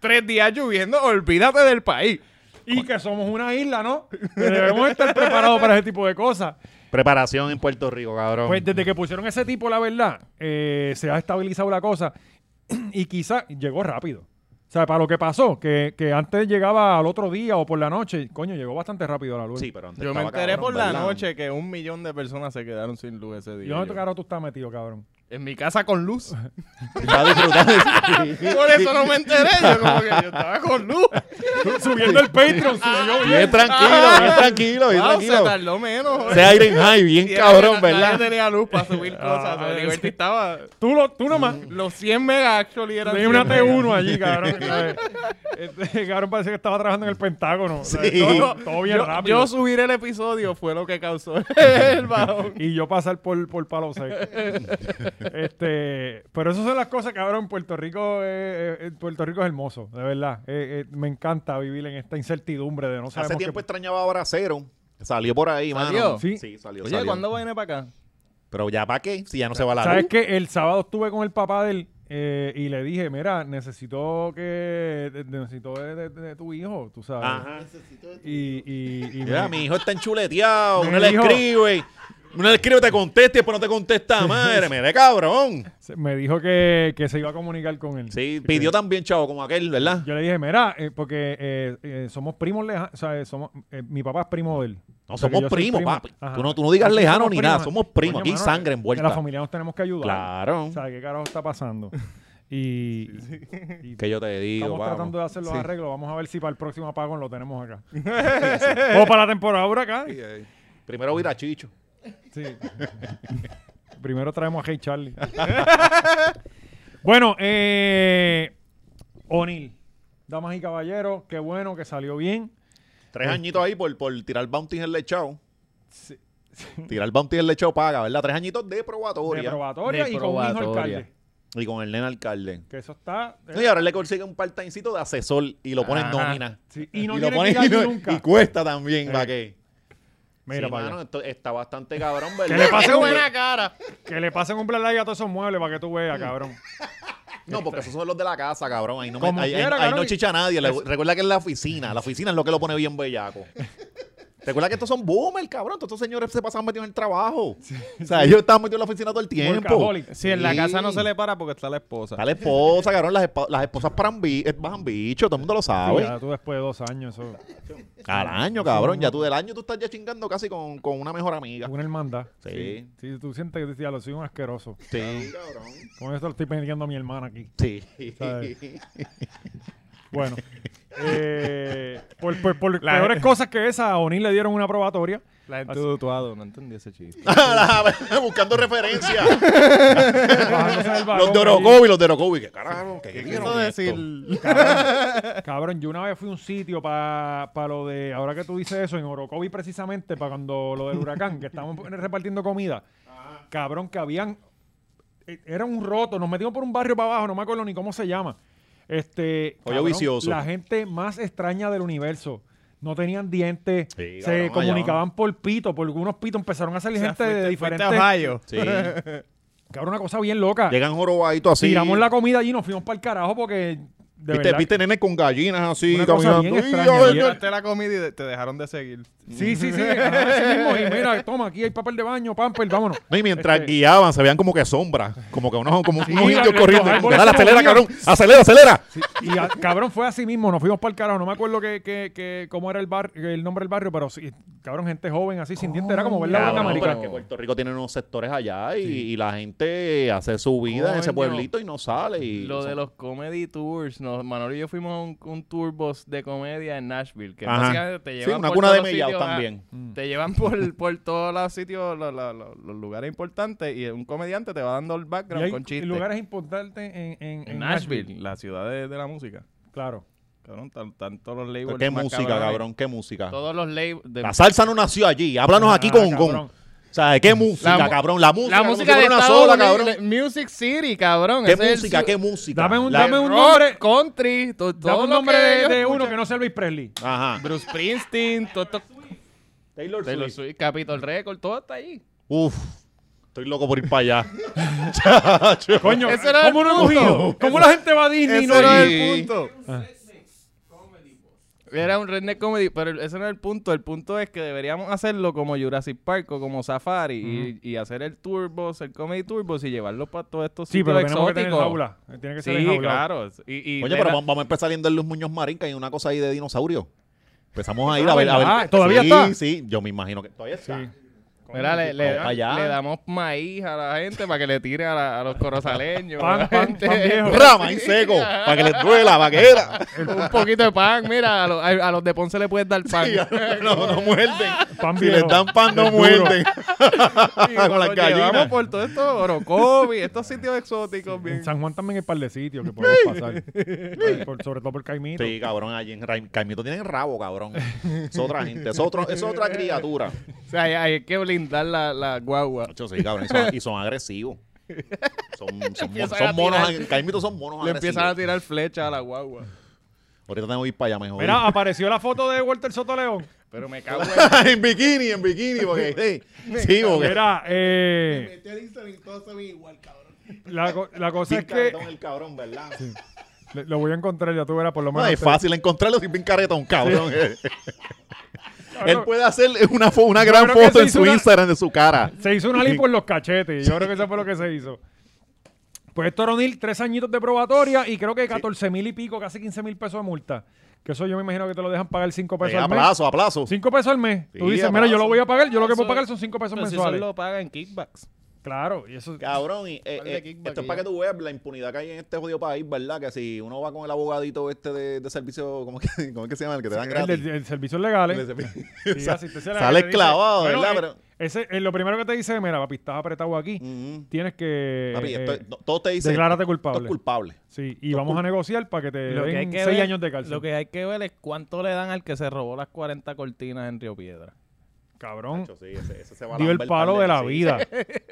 Tres días lloviendo, olvídate del país.
Y que somos una isla, ¿no? Que debemos estar preparados para ese tipo de cosas.
Preparación en Puerto Rico, cabrón.
Pues desde que pusieron ese tipo, la verdad, eh, se ha estabilizado la cosa <clears throat> y quizá llegó rápido. O sea, para lo que pasó, que, que antes llegaba al otro día o por la noche, coño, llegó bastante rápido la luz.
sí, pero antes
Yo me
estaba
enteré
cabrón,
por la
¿verdad?
noche que un millón de personas se quedaron sin luz ese día.
Yo no sé
Yo-
caro tú estás metido, cabrón.
En mi casa con <laughs> luz.
Estaba disfrutando.
<laughs> Por eso no me enteré. Yo como que yo estaba con luz.
Subiendo el Patreon, subió
Bien tranquilo, bien tranquilo, bien
Wow, Ah, Se
tranquilo.
tardó menos. joder.
Ese aire en high, bien
Y era
cabrón,
que na-
¿verdad?
Nadie tenía luz para subir cosas.
Ah,
La Liberty
sí.
estaba...
Tú, lo, tú nomás.
Los 100 megas actually eran...
Tenía una
100 megas.
T1 allí, cabrón. Este cabrón parece que estaba trabajando en el Pentágono.
Sí.
Todo, todo bien
yo,
rápido.
yo subir el episodio fue lo que causó <laughs> el bajón.
y yo pasar por, por Palo Seco. este, pero esas son las cosas, cabrón. Puerto Rico, eh, eh, Puerto Rico es hermoso, de verdad. Eh, eh, me encanta vivir en esta incertidumbre de no
Hace
sabemos
tiempo
qué-
extrañaba ahora cero. Salió por ahí, mano.
¿Salió?
Sí.
salió,
Oye,
salió.
¿cuándo viene para acá?
Pero ya para qué, si ya no se va la
¿Sabes
luz.
qué? El sábado estuve con el papá de él eh, y le dije, mira, necesito que... de- necesito de, de- de tu hijo, tú sabes.
Ajá.
Necesito de tu-
Y, y, y
Mira,
me-
mi hijo está enchuleteado.
Me
Uno le
dijo-
escribe. Uno le escribe, te contesta y después no te contesta. Madre, mire, cabrón.
se- me dijo que, que se iba a comunicar con él.
Sí,
Que-
pidió también, chavo, como aquel, ¿verdad?
Yo le dije, mira, eh, porque eh, eh, somos primos lejanos, o sea, eh, somos, eh, mi papá es primo de él.
No,
O sea, que
somos
yo soy
primos,
primo.
papi.
Ajá.
Tú no, tú no digas
Sí,
lejano
somos
ni
primos.
nada. Somos primos.
Coño,
Aquí hay
mano,
sangre
en
envuelta.
la familia nos tenemos que ayudar.
Claro.
O sea, ¿qué carajo está
<laughs>
pasando? Y, y
Que yo te digo,
estamos
vamos.
tratando de hacer los
Sí.
arreglos. Vamos a ver si para el próximo apagón lo tenemos acá. o para la temporada huracán.
Primero voy a ir a Chicho.
Sí. <laughs> Primero traemos a Hey Charlie. bueno, eh, O'Neill. Damas y caballeros, qué bueno que salió bien.
Tres añitos ahí por, por tirar bounty en el lechao.
Sí.
Tirar bounty en el lechao paga, ¿verdad? Tres añitos de probatoria.
De probatoria
De
y con un hijo
probatoria.
alcalde.
y con el nene alcalde.
Que eso está. eh,
No, y ahora le consigue un part-timecito de asesor y lo pone en
Ajá.
nómina.
sí, Y no tiene
y lo
que
pone
ir
y,
allí
no-
nunca.
y cuesta también,
Eh.
¿para qué?
Mira,
Sí,
para allá.
mano, esto está bastante cabrón,
¿Qué
¿verdad? <laughs>
le pasa
¡Qué
un-
buena cara!
Que le pasen un black light a todos esos muebles para que tú veas, cabrón.
No, porque esos son los de la casa, cabrón. Ahí no, me-
Como
ahí- ahí-
quiera,
ahí
cabrón,
no
y-
chicha nadie. Le- recuerda que es la oficina. La oficina es lo que lo pone
<laughs>
bien bellaco. Recuerda que estos son boomers, cabrón. Todos estos señores se pasan metidos en el trabajo. O sea, ellos están metidos en la oficina todo el tiempo.
Workaholic.
Si en la
Sí.
casa no se le para porque está la esposa.
Está la esposa, cabrón. Las, esp- las esposas paran bi- eh, bajan bicho. Todo el mundo lo
Sí,
sabe.
ya tú después de dos años, eso.
Al año, cabrón. Ya tú del año tú estás ya chingando casi con, con una mejor amiga.
Una hermandad.
Sí. <laughs>
Sí, tú sientes que decía, lo soy un asqueroso.
Sí.
Con esto le estoy pendiendo a mi hermana aquí.
Sí.
¿Sabes?
<laughs> <laughs>
Bueno, eh, por, por- por peores cosas que esa, a O'Neill le dieron una probatoria. La
Así-
entu-
no entendí ese chiste.
Buscando referencia.
<laughs> bajándose del vagón
los de
allí.
Orocovi, los de Orocovi. ¿Qué carajo? ¿Qué, dijeron
Quiero
esto?
decir.
Cabrón, yo una vez fui a un sitio para lo de. Ahora que tú dices eso, en Orocovi precisamente, para cuando lo del huracán, que estábamos repartiendo comida. Cabrón, que habían. eh, Era un roto, nos metimos por un barrio para abajo, no me acuerdo ni cómo se llama. Este.
Hoyo
cabrón,
vicioso.
La gente más extraña del universo. No tenían dientes, se
Sí, cabrón, allá
comunicaban por pito, por algunos pitos, empezaron a salir gente de diferentes.
Sí.
Cabrón, una cosa bien loca.
<laughs> Llegan jorobaditos así.
Tiramos la comida allí y nos fuimos para el carajo porque. De
¿Viste,
verdad,
viste nenes con gallinas así,
Una cosa
caminando.
bien
¡Ay,
extraña,
ay,
bien
ay!
Llegaste la comida y de- te dejaron de seguir.
Sí, sí, sí. ajá, así mismo. Y mira, toma, aquí hay papel de baño, pamper, vámonos.
No, y mientras
Este-
guiaban, se veían como que sombras, como que unos, como unos
los-
indios
los
corriendo.
árboles
Dale,
se
acelera,
movían.
cabrón, acelera, acelera.
Y a- cabrón, fue así mismo. Nos fuimos para el carajo. No me acuerdo que, que, que- cómo era el bar, el nombre del barrio, pero sí, cabrón, gente joven así, sin dientes. Era como ver la
Cabrón,
banda
pero es
americana.
que Puerto Rico tiene unos sectores allá y, y la gente hace su vida en ese
Coño.
pueblito y no sale. Y,
Lo de los comedy tours, no, Manolo y yo fuimos a un, un tour bus de comedia en Nashville, que
Ajá.
básicamente te
Sí,
llevan
una
por
cuna
todos
de
los
mellao
sitios, ah,
también.
<laughs> Te llevan por, por todos los sitios, los, los- los- los lugares importantes y un comediante te va dando el
Y
background
hay
con
y
chistes.
lugares importantes en, en,
en
en
Nashville, la ciudad de, de la música.
Claro.
Cabrón, tan, tan todos los labels
¿Qué
más
música,
cabrones.
cabrón? ¿Qué música?
Todos los labels. de-
La salsa no nació allí. Háblanos aquí
Ah,
con
cabrón.
con. O sea, ¿qué música,
mu-
cabrón? La música.
la
como
música
si
de
fuera
Estados
una sola,
Unidos,
cabrón.
la- Music City, cabrón.
¿Qué
ese es el
música?
su-
¿Qué música?
Dame un,
La-
dame un
Rock,
nombre,
country, to- todo
dame un
lo
nombre
que
de,
ellos
de uno
escuchan.
que no sea Luis
<laughs>
Presley.
Ajá.
Bruce Springsteen, todo esto,
Taylor,
Taylor
Swift.
Swift, Capitol Record, todo está ahí.
Uf, estoy loco por ir para
<laughs>
allá.
Coño,
Ese era el
¿cómo no he
punto.
cogido? ¿Cómo la gente va a Disney y no
Ese
va
era
a
el
ir?
punto. Era un redneck comedy, pero ese no era el punto. El punto es que deberíamos hacerlo como Jurassic Park o como Safari y, y hacer el Turbos, el Comedy Turbos y llevarlo para todos estos
Sí,
sitios
pero tenemos que
exóticos.
tener jaula. Tiene que ser
Sí,
jaula.
claro. Y, y
Oye,
de
pero
la-
vamos vamos a empezar saliendo en los Muñoz Marín, que hay una cosa ahí de dinosaurio. Empezamos a ir
Ah,
a ver. A ver.
¿verdad? ¿Todavía
sí,
está?
Sí, yo me imagino que todavía está.
Mira, le, le-
Vamos pa' allá.
le damos maíz a la gente para que le tire a, la- a los corozaleños.
Pan,
a la
pan,
gente.
pan viejo.
Rama en seco, para que les duela, vaquera.
<laughs>
<laughs>
Un poquito de pan. Mira, a los, a- a los de Ponce le puedes dar pan.
No, no muerden.
Pan
si
viejo.
les dan pan, no
Del duro.
muerden.
<laughs> Y cuando
las gallinas.
llevamos por todo esto, Orocovi, estos sitios exóticos. Bien.
En San Juan también hay par de sitios que podemos pasar. Ay, por- sobre todo por Caimito.
Sí, cabrón, allí en Ra- Caimito tienen rabo, cabrón. Es otra gente, es, otro, es otra criatura.
O sea, hay, hay que blindar la, la guagua.
Nacho, sí, cabrón, y son, y son agresivos. Son, son, mon-
Empiezan
son
a
monos,
tirar.
ag- Caimito son monos
Le
agresivos.
empiezan a tirar flechas a la guagua.
Ahorita tengo que ir para allá mejor.
Mira, apareció la foto de Walter Soto León.
Pero me cago
<laughs>
en...
en bikini, en bikini,
<laughs>
porque sí, sí, porque
Mira, eh,
Metí al Instagram y todos se ven igual, cabrón.
la, co- la cosa
<laughs> bien
es que
caretón el cabrón, ¿verdad?
le- lo voy a encontrar, ya tú verás por lo
No
menos.
es
te-
fácil encontrarlo sin bien caretón, cabrón. <laughs> Él
Cabrón,
puede hacer una, fo- una gran
creo que
foto
se
en
hizo
su
una-
Instagram de su cara.
Se hizo una lipo en los cachetes. y Yo creo que eso fue lo que se hizo. Pues Toronil, tres añitos de probatoria y creo que 14 mil y pico, casi 15 mil pesos de multa. Que eso yo me imagino que te lo dejan pagar 5 pesos
Eh, a
Pues, al mes.
plazo, a plazo.
5 pesos al mes.
Sí,
Tú dices,
a
mira, yo
plazo.
lo voy a pagar, yo lo que puedo
Eso-
pagar son 5 pesos
Pero si eso
mensuales.
lo pagan kickbacks.
Claro, y eso...
Cabrón, y, eh,
Par de
eh,
kickback
esto es
y
para
ya.
que tú veas la impunidad que hay en este jodido país, ¿verdad? Que si uno va con el abogadito este de, de servicio, ¿cómo, es que, cómo es que se llama? El que te dan
El,
gratis.
del- el servicio legal, ¿eh?
El de servicio. <laughs>
Sí,
Sa-
asistencia legal,
Sale
te dice,
clavado,
bueno,
¿verdad?
eh, ese, eh, lo primero que te dice, mira, papi, estás apretado aquí.
Pero, Ujú.
Tienes que...
Mm. Papi,
eh,
esto- no- todos te dicen.
declárate
esto- esto es
culpable.
culpable.
Sí, y vamos a negociar para que te
Lo que, hay
den
que
6
ver,
años de cárcel.
lo que hay que ver es cuánto le dan al que se robó las 40 cortinas en Río Piedra.
Cabrón,
Yo sí, ese- ese se va a
Mm. dio el
lamber
palo
tarde,
de la
sí. <laughs>
vida.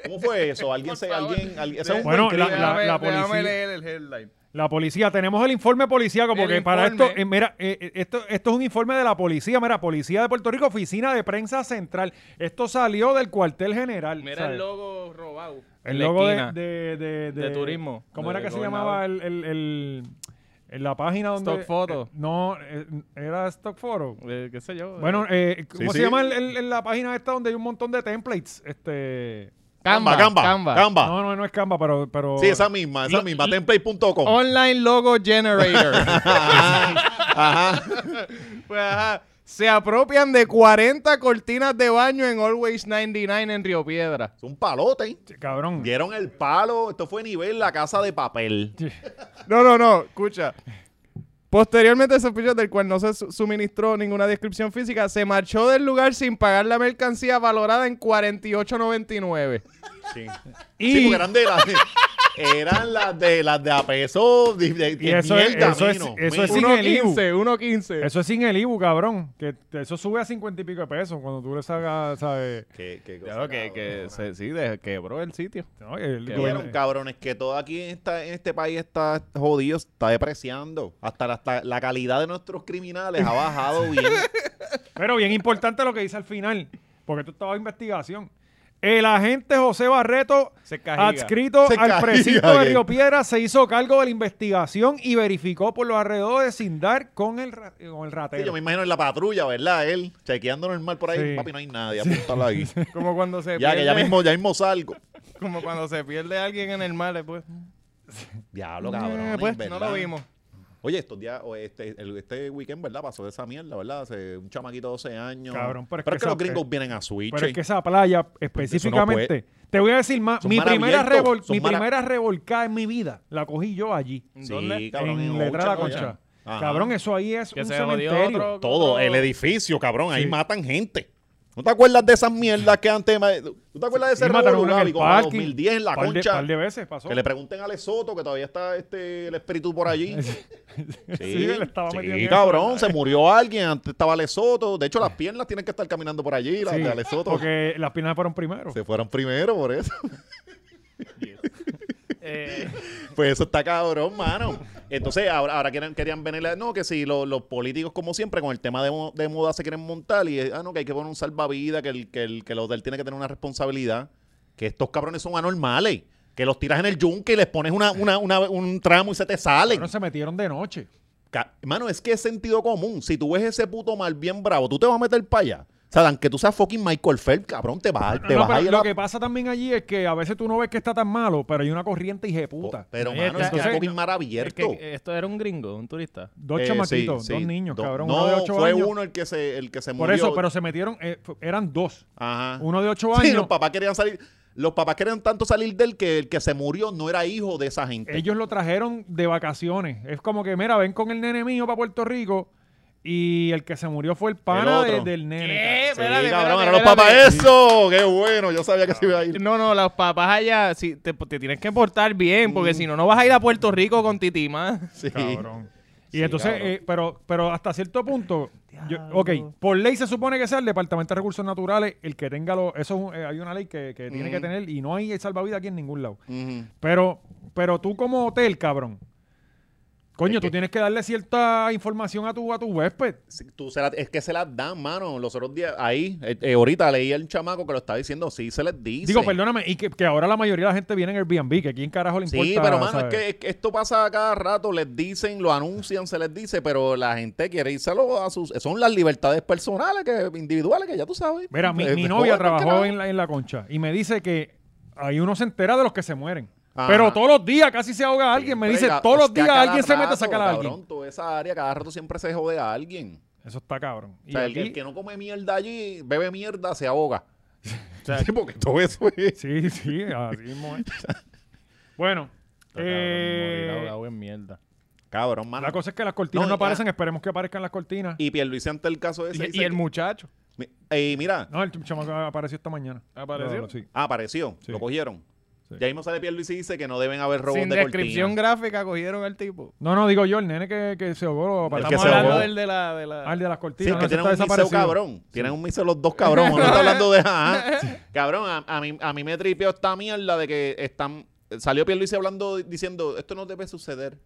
¿Cómo fue eso? ¿Alguien se.?
favor.
Alguien, alguien- ese es un
Bueno,
buen
la-
crimen.
la- policía-
leer el headline.
La policía, tenemos el informe policíaco,
El
porque para esto,
informe.
eh, mira, eh, eh, esto, esto es un informe de la policía, mira, Policía de Puerto Rico, Oficina de Prensa Central. Esto salió del cuartel general.
Mira
¿sabes?
el logo robado.
El
en la
logo de,
esquina.
de- de- de-
De turismo,
¿Cómo
del
era que se
gobernador.
llamaba el, el- el- en la página donde.
Stock photo.
eh, no, eh, era Stock Photo.
Eh, ¿Qué sé yo?
Bueno,
eh,
eh, ¿cómo
Sí,
se
sí.
llama el- el- el- la página esta donde hay un montón de templates? Este.
Canva,
Canva,
Canva.
Canva.
No, no, no es Canva, pero. pero
Sí, esa misma, esa misma,
Oh.
template.com.
Online Logo Generator.
Ajá.
<laughs> Pues, ajá, Se apropian de 40 cortinas de baño en Always 99 en Río Piedra.
Es un palote. ¿eh?
Cabrón.
Dieron el palo. Esto fue nivel la casa de papel.
No, no, no, escucha.
Posteriormente, sospechoso del cual no se su- suministró ninguna descripción física, se marchó del lugar sin pagar la mercancía valorada en
<laughs>
48.99.
Sí.
Y-
Sí, porque eran de las <laughs> eran las de las de a peso de, de- de
eso es-
mierda,
eso es-
mino,
eso
mino.
es- Sin el IBU.
1.15, 1.15.
Eso es sin el IBU, cabrón. Que te- eso sube a cincuenta y pico de pesos cuando tú le sacas, ¿sabes?
Qué- qué cosa,
Claro, que,
cabrón.
que se, sí, de- quebró el sitio.
No, el
Qué
Vieron,
gobierno-
cabrones, que todo aquí en, esta- en este país está jodido, está depreciando. Hasta la, hasta la calidad de nuestros criminales ha bajado bien.
Pero bien importante lo que dice al final, porque esto estaba investigación. El agente José Barreto,
Se cajiga.
adscrito
Se
al
cajiga,
precinto de
que-
Río Piedra, se hizo cargo de la investigación y verificó por los alrededores sin dar con el, ra- eh, con el
Sí, yo
ratero.
me imagino en la patrulla, ¿verdad? Él chequeando normal por ahí.
Sí.
Papi, no hay nadie.
<laughs>
Apúntalo ahí.
Como cuando se
<laughs> Ya,
pierde,
que ya mismo, ya mismo salgo.
Como cuando se pierde alguien en el mar, pues.
Diablo, cabrón.
Eh, pues no lo vimos.
Oye, estos días, o este, el- este weekend, ¿verdad? Pasó esa mierda, ¿verdad? Hace un chamaquito de 12 años.
Cabrón, pero es que
que, los
esa-
gringos vienen a Switch.
Pero
eh.
es que esa playa específicamente, te voy a decir más,
Son
mi
mar
primera,
abierto,
revol-
son
mi
mar a-
primera revolcada en mi vida la cogí yo allí.
Sí,
¿Dónde?
cabrón.
en
en
Letra de la
Ocean,
Concha.
Ajá.
Cabrón, eso ahí es
Que
un
se jodió
cementerio.
otro-
Todo, el edificio, cabrón. Ahí matan gente. ¿No te acuerdas de esas mierdas que antes... ¿Tú te acuerdas de ese
Sí, mataron
revolú,
uno en
Gaby,
el
como en
parking.
2010 en la
par de,
concha?
par de veces pasó.
Que le pregunten a Ale Soto, que todavía está este, el espíritu
<laughs>
por allí. Sí,
Sí, él estaba
sí,
metido en eso,
cabrón,
¿verdad?
se murió alguien, antes estaba Ale Soto. De hecho, las piernas tienen que estar caminando por allí, las
Sí,
de Ale Soto.
porque las piernas fueron primero.
Se fueron primero por eso. <laughs> Pues eso está cabrón, mano. Entonces, ahora, ahora quieren, querían venirle. No, que si lo- los políticos, como siempre, con el tema de, mo- de moda se quieren montar y, eh, ah, no, que hay que poner un salvavidas, que el, que el, que el hotel tiene que tener una responsabilidad. Que estos cabrones son anormales. Que los tiras en el yunque y les pones una, una- una- un tramo y se te salen.
Cabrón, se metieron de noche.
Ca- Mano, es que es sentido común. Si tú ves ese puto mal bien bravo, tú te vas a meter para allá. O sea, aunque tú seas fucking Michael Phelps, cabrón, te vas,
No,
te
no,
vas a
pero
ir a
lo
la
que pasa también allí es que a veces tú no ves que está tan malo, pero hay una corriente hijeputa.
Pero,
Ahí
mano,
está.
es que es
Entonces,
fucking mar
Es
abierto.
que esto era un gringo, un turista.
Dos
Eh,
chamaquitos,
sí,
dos
sí.
niños,
Do-
cabrón,
No,
uno de ocho
fue
años.
uno el que se, el que se
Por
murió.
eso, pero se metieron, eh, fu- eran dos.
Ajá.
Uno de ocho
Sí,
años.
los papás querían salir. Los papás querían tanto salir del que el que se murió no era hijo de esa gente.
Ellos lo trajeron de vacaciones. Es como que, mira, ven con el nene mío para Puerto Rico y el que se murió fue el pana
otro.
de- del nene.
¿Qué?
Sí,
Espérate,
cabrón,
espérate,
eran los papás.
espérate.
¡Eso! ¡Qué bueno! Yo sabía que se iba a ir.
No, no, los papás allá, si te, te tienes que portar bien, porque
Mm.
si no, no vas a ir a Puerto Rico con Titima.
Sí.
Cabrón. Y
Sí,
entonces,
cabrón.
eh, pero, pero hasta cierto punto, yo- ok, por ley se supone que sea el Departamento de Recursos Naturales el que tenga los, eso es un- eh, hay una ley que, que tiene que tener y no hay salvavidas aquí en ningún lado.
Ujú.
Pero, pero tú como hotel, cabrón, coño, tú tienes que darle cierta información a tu, a tu huésped.
Sí, tú se la- es que se las dan, mano. Los otros días, ahí, eh, eh, ahorita leí el chamaco que lo estaba diciendo. Sí, se les dice.
Digo, perdóname, y que, que ahora la mayoría de la gente viene en Airbnb, que quién carajo le importa.
Sí, pero mano, es
¿sabes?
que, es que esto pasa a cada rato, les dicen, lo anuncian, se les dice, pero la gente quiere írselo a sus... Son las libertades personales, que individuales, que ya tú sabes.
Mira, mi,
Eh,
mi
de-
novia
joder,
trabajó
que
en la, en la concha y me dice que ahí uno se entera de los que se mueren.
Ajá.
Pero todos los días casi se ahoga
no.
alguien. Me
Siempre,
dice,
ca-
todos
es
los
que a
días
cada
alguien se mete a
rato,
sacar a alguien.
Cabrón, toda esa área, cada rato siempre se jode a alguien.
Eso está cabrón.
O
Y
sea, el, que-
aquí-
el que no come mierda allí, bebe mierda, se ahoga.
<laughs>
sí, porque todo eso es...
Sí, sí, así
<laughs>
mismo es. Bueno, eh,
en mierda.
Cabrón, mano.
la cosa es que las cortinas
No,
no,
y-
aparecen. Esperemos que aparezcan las cortinas.
Y Pierluisi ante el caso ese...
Y,
dice
el
que-
muchacho.
Mi- eh, mira,
No, el chamaco apareció esta mañana.
¿Apareció?
No, no, sí.
ah, apareció,
Sí.
lo cogieron.
Sí.
Ya mismo sale Pierluisi y dice que no deben haber robos
Sin
de
descripción
cortina.
gráfica cogieron al tipo.
No, no, digo yo, el nene que, que se ahogó. lo apareció.
que
Estamos
se
hablando
ahogó.
del de la... De la...
Ah, el de las
Sí,
cortinas.
es
no,
que
ese
tienen
está
un miseo
desaparecido.
cabrón. Tienen un miseo los dos cabrón. Uno está
<laughs>
hablando de. ajá. Cabrón, a, a mí, a mí me tripeó esta mierda de que están. Salió Pierluisi hablando, diciendo, esto no debe suceder.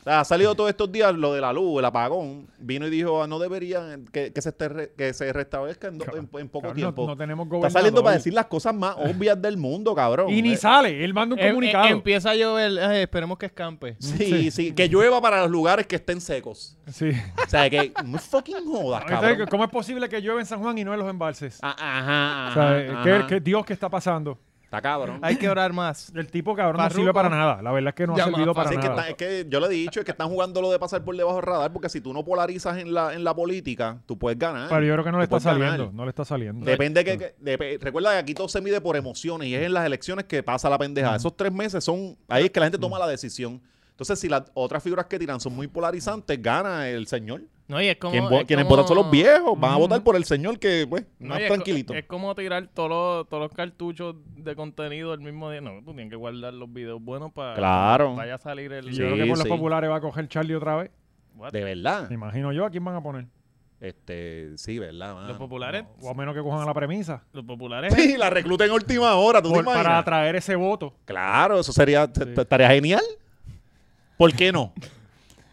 O sea, ha salido todos estos días lo de la luz, el apagón. Vino y dijo, "Ah, no debería que, que se, esté re- que se restablezca en, do- en- en poco
Cabrón, no-
tiempo.
No, tenemos
está
gobernador.
saliendo para decir las cosas más obvias del mundo, cabrón.
Y ni
Eh,
sale. Él manda un
Em- em-
comunicado.
empieza a llover. Ay, esperemos que escampe.
Sí, sí, que llueva para los lugares que estén secos.
Sí.
O sea, que <laughs> no fucking jodas,
Entonces,
Ah, cabrón.
¿Cómo es posible que llueve en San Juan y no en los embalses?
Ah,
O
Ajá, ajá,
sea, eh, ¿qué-
ajá.
qué- Dios, ¿qué está pasando?
Está cabrón.
Hay que orar más.
El tipo, cabrón, no
Farruko.
sirve para nada. La verdad es que no ha
Llama,
servido para
Así es que,
nada.
está- es que yo le he dicho, es que están jugando lo de pasar por debajo del radar, porque si tú no polarizas en la, en la política, tú puedes ganar.
Pero yo creo que no le
Tú
está
puedes ganar.
saliendo. No le está saliendo.
Depende que, que- dep- recuerda que aquí todo se mide por emociones y es en las elecciones que pasa la pendeja. Esos tres meses son ahí es que la gente toma la decisión. Entonces, si las otras figuras que tiran son muy polarizantes, gana el señor.
No, y es como.
Quien vo-
es
quienes
como-
votan son los viejos. Van a votar por el señor que, pues,
No,
más
y es co-
tranquilito.
Es, como tirar todos los, todos los cartuchos de contenido el mismo día. No, tú tienes que guardar los videos buenos para
Claro.
vaya a salir el.
Y yo creo que
Sí,
por
sí.
los populares va a coger Charlie otra vez.
What?
De verdad.
Me imagino yo a quién van a poner.
Este, sí, ¿verdad? mano?
Los populares.
O a menos que cojan a la premisa.
Los populares.
Sí, la recluta en última hora, ¿tú te
Por-
imaginas?
para atraer ese voto.
Claro, eso sería, t- t- estaría genial. ¿Por qué
<laughs>
no?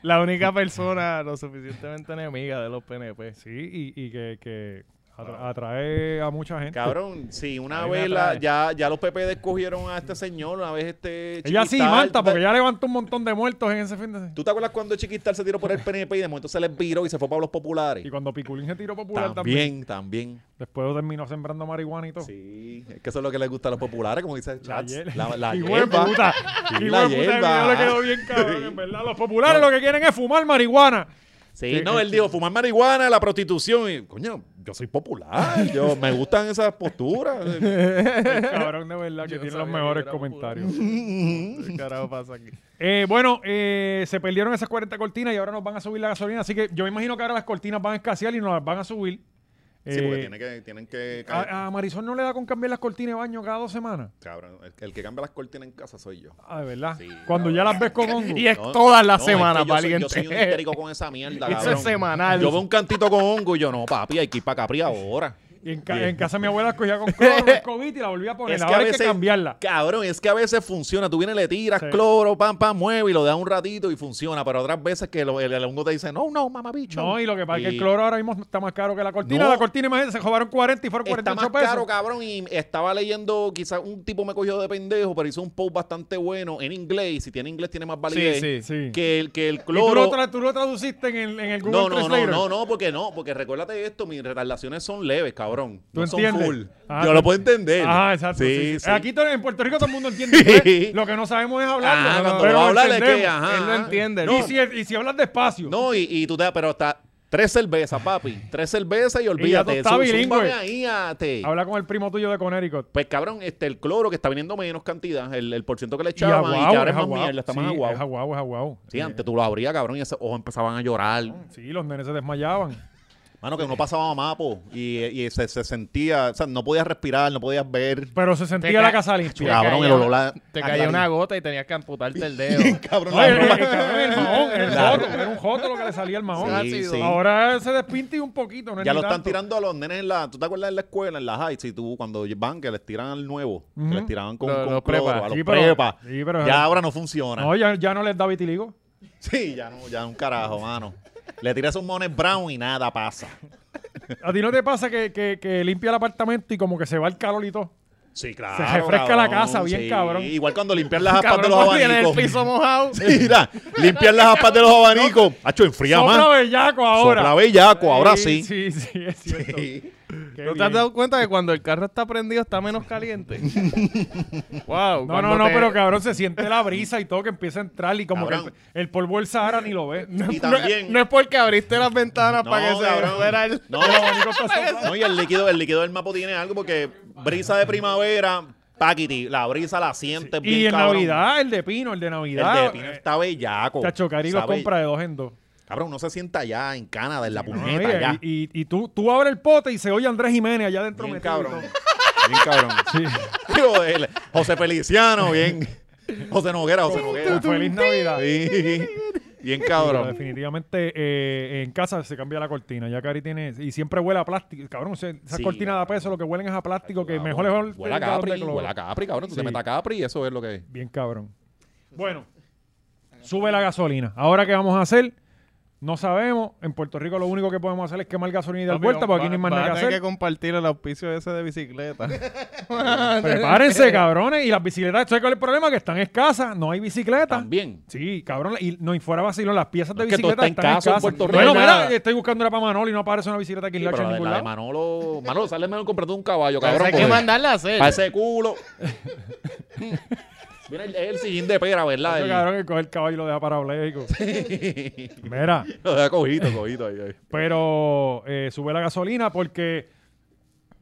La única persona lo suficientemente enemiga de los PNP.
Sí, y, y que, que atra- atrae a mucha gente.
Cabrón, sí, una
Ahí me
vez la-
atrae.
ya, ya los PP descogieron a este señor, una vez este
Ella sí,
Chiquistar-
Marta, porque ya levantó un montón de muertos en ese fin de semana.
¿Tú te acuerdas cuando Chiquistar se tiró por el PNP y de momento se les viró y se fue para los populares?
Y cuando Piculín se tiró popular también. Oh.
También, también.
Después terminó sembrando marihuana y todo.
Sí, es que eso es lo que les gusta a los populares, como dice Chats.
hier-
La,
<laughs>
la
Hijo de
hierba.
puta.
Sí,
Hijo
la
de puta, el video
hierba.
le quedó
<laughs>
bien cabrón, en verdad. Los populares lo que quieren es fumar marihuana. <laughs>
Sí, no,
eh,
él dijo fumar marihuana, la prostitución. Y, coño, yo
<laughs>
soy popular, yo, me gustan esas posturas.
Eh, El cabrón de verdad que
Yo no
tiene los
sabía que
mejores
era popular.
comentarios.
<laughs> ¿Qué carajo pasa aquí?
<laughs> Eh, bueno, eh, se perdieron esas 40 cortinas y ahora nos van a subir la gasolina. Así que yo me imagino que ahora las cortinas van a escasear y nos las van a subir.
Sí, porque
Eh,
tiene que, tienen que ca-
a, a Marisol no le da con cambiar las cortinas de baño cada dos semanas.
Cabrón, el, el que cambia las cortinas en casa soy yo.
Ah, de verdad.
Sí,
Cuando
cabrón.
ya las ves con hongo.
<laughs> Y es
No,
todas las
no, es que
semanas,
yo soy-
valiente.
Yo soy un histérico con
<laughs>
esa mierda,
Eso es
cabrón.
semanal.
Yo veo un cantito con hongo y yo, no, papi, hay que ir para Capri ahora.
Y en, ca- en casa de mi abuela las
<laughs>
cogía con cloro, con COVID y la volvía a poner. ahora hay que cambiarla.
Cabrón, es que a veces funciona. Tú vienes, le tiras
Sí.
cloro, pam, pam, mueve y lo das un ratito y funciona. Pero otras veces que lo- el, el hongo te dice, no, no, mamá, bicho.
No, y lo que pasa es que el cloro ahora mismo está más caro que la cortina.
No.
La cortina, imagínate, se robaron 40 y fueron
Está
48
más
pesos.
caro, cabrón, y estaba leyendo, quizás un tipo me cogió de pendejo, pero hizo un post bastante bueno en inglés, y si tiene inglés tiene más validez,
sí,
sí.
Que, el, que el
Y tú lo,
cloro...
tra- tú lo traduciste en el, en el Google
No, no, no,
Translator.
no, no, porque no, porque recuérdate esto, mis retardaciones son leves, cabrón.
¿Tú
no
entiendes?
son full.
Ah,
Yo
tú-
lo puedo entender.
Ah, exacto.
Sí,
sí, sí.
sí.
Aquí to- en Puerto Rico todo el mundo entiende
<laughs>
inglés. Lo que no sabemos es hablarlo.
Ah, cuando
pero
va a
lo
hablar es que,
entendemos.
ajá.
Él no
ajá.
entiende.
Y, si, y si hablas despacio.
No, y, y tú te pero hasta tres cervezas, papi. Tres cervezas y
tú
olvídate.
estás
Sú-
bilingüe.
súmbame ahí a te.
Habla con el primo tuyo de Connecticut.
Pues cabrón, este, el cloro que está viniendo menos cantidad, el, el porciento que le echaban, y,
aguao,
que ahora es
es
más
aguao.
mierda, está
sí,
más
Es
aguado.
aguao, es aguao.
Sí, antes tú lo abrías, cabrón, y esos ojos empezaban a llorar.
Sí, los nenes se desmayaban.
Mano, que uno pasaba mapo y, y se, se sentía, o sea, no podías respirar, no podías ver. <laughs>
Pero se sentía la
ca-
casa limpia.
te
Cabrón,
caía-
el olor a-
Te
a
caía una
nariz.
gota y tenías que amputarte
<laughs>
el dedo.
Cabrón,
Oye,
la
el,
broma.
el cabrón era el mahón, era el
La-
joto, era un joto lo que le salía el mahón.
Sí, sí.
Ahora se despinta y un poquito, no es
Ya
ni
lo están
tanto.
tirando a los nenes en la. ¿Tú te acuerdas en la escuela, en la high? Si tú, cuando van, que les tiran al nuevo, que les tiraban con,
Los-
con
los
cloro,
prepa.
a los
Sí, pero-
prepa.
sí, pero-
ya ahora no funciona.
No, ya, ya no les da vitiligo.
<laughs> Sí, ya no, ya un carajo, mano. Le tiras un Monet Brown y nada pasa.
¿A ti no te pasa que, que, que limpia el apartamento y como que se va el calor y todo?
Sí, claro.
Se refresca la casa, bien cabrón.
Igual cuando limpiar <laughs> las aspas de
Cabrón,
los
pues, tienes el
abanicos.
piso mojado.
Sí, mira, limpiar las aspas de los abanicos. Hacho, enfría
Sopla
más.
bellaco ahora.
Sopla bellaco, ahora
Sí,
<laughs> sí.
Sí, sí, es cierto.
Sí.
Qué
¿No te
bien.
has dado cuenta que cuando el carro está prendido está
<laughs>
menos caliente? wow.
No, no, no, pero cabrón, se siente la brisa y todo que empieza a entrar y como
Cabrón.
que el, el polvo del Sahara ni lo <laughs> ve.
Y también.
No es porque abriste las ventanas
No,
para que se
cabrón.
fuera el...
<laughs>
No,
Lo único que está soplando.
No, y el líquido, el líquido del mapo tiene algo porque brisa de primavera, paquiti, la brisa la sientes bien
Y en
cabrón.
Navidad, el de pino, el de Navidad.
El de pino está bellaco.
Chacho Cari lo
Sabe-
compra de dos en dos.
Cabrón, no se sienta allá en Canadá, en la
No,
puñeta,
oye,
allá.
y y, y tú, tú abres el pote y se oye Andrés Jiménez allá adentro.
Bien
metido y todo.
cabrón. Bien cabrón.
Sí.
<laughs> Digo, el- José
<laughs>
Feliciano, bien. José Noguera, José Noguera.
Feliz Navidad.
Sí. Bien
Pero
cabrón.
definitivamente eh, en casa se cambia la cortina. Ya Cari tiene. Y siempre huele a plástico. Cabrón, o sea, esas
Sí,
cortinas de a peso lo que huelen es a plástico. Que mejor es el-
Huele a
el galón de
Capri,
cloro.
huele a Capri, cabrón. Tú te
Sí.
metes a Capri y eso es lo que es.
Bien cabrón. Bueno, sube la gasolina. Ahora, ¿qué vamos a hacer? No sabemos. En Puerto Rico lo único que podemos hacer es quemar gasolina y dar
Papi,
vuelta porque
va-
aquí no hay más
vas
nada que
a tener
hacer.
que compartir el auspicio ese de bicicleta.
Prepárense,
<laughs>
cabrones. Y las bicicletas, ¿sabes cuál es el problema? Que están escasas. No hay bicicletas.
También.
Sí, cabrón, y no y fuera vacilón, las piezas de
es que todo
bicicleta
está en
están
casa en
escasas.
Puerto Rico,
Bueno, mira,
nada.
estoy buscando una para Manolo y no aparece una bicicleta aquí en
Sí, pero
Lacho en
la, de-
ningún
la de
lado.
Manolo, Manolo, sale mejor comprarte un caballo,
Pero
cabrón.
hay que
porque-
mandarla a hacer.
Para ese <laughs> culo. Mira, el, el sillín de pera, ¿verdad?
Ese
El-
cabrón que coge el caballo y lo deja
<laughs>
parapléjico. Mira,
Lo <laughs> deja cojito, cojito ahí, ahí.
pero eh, sube la gasolina porque.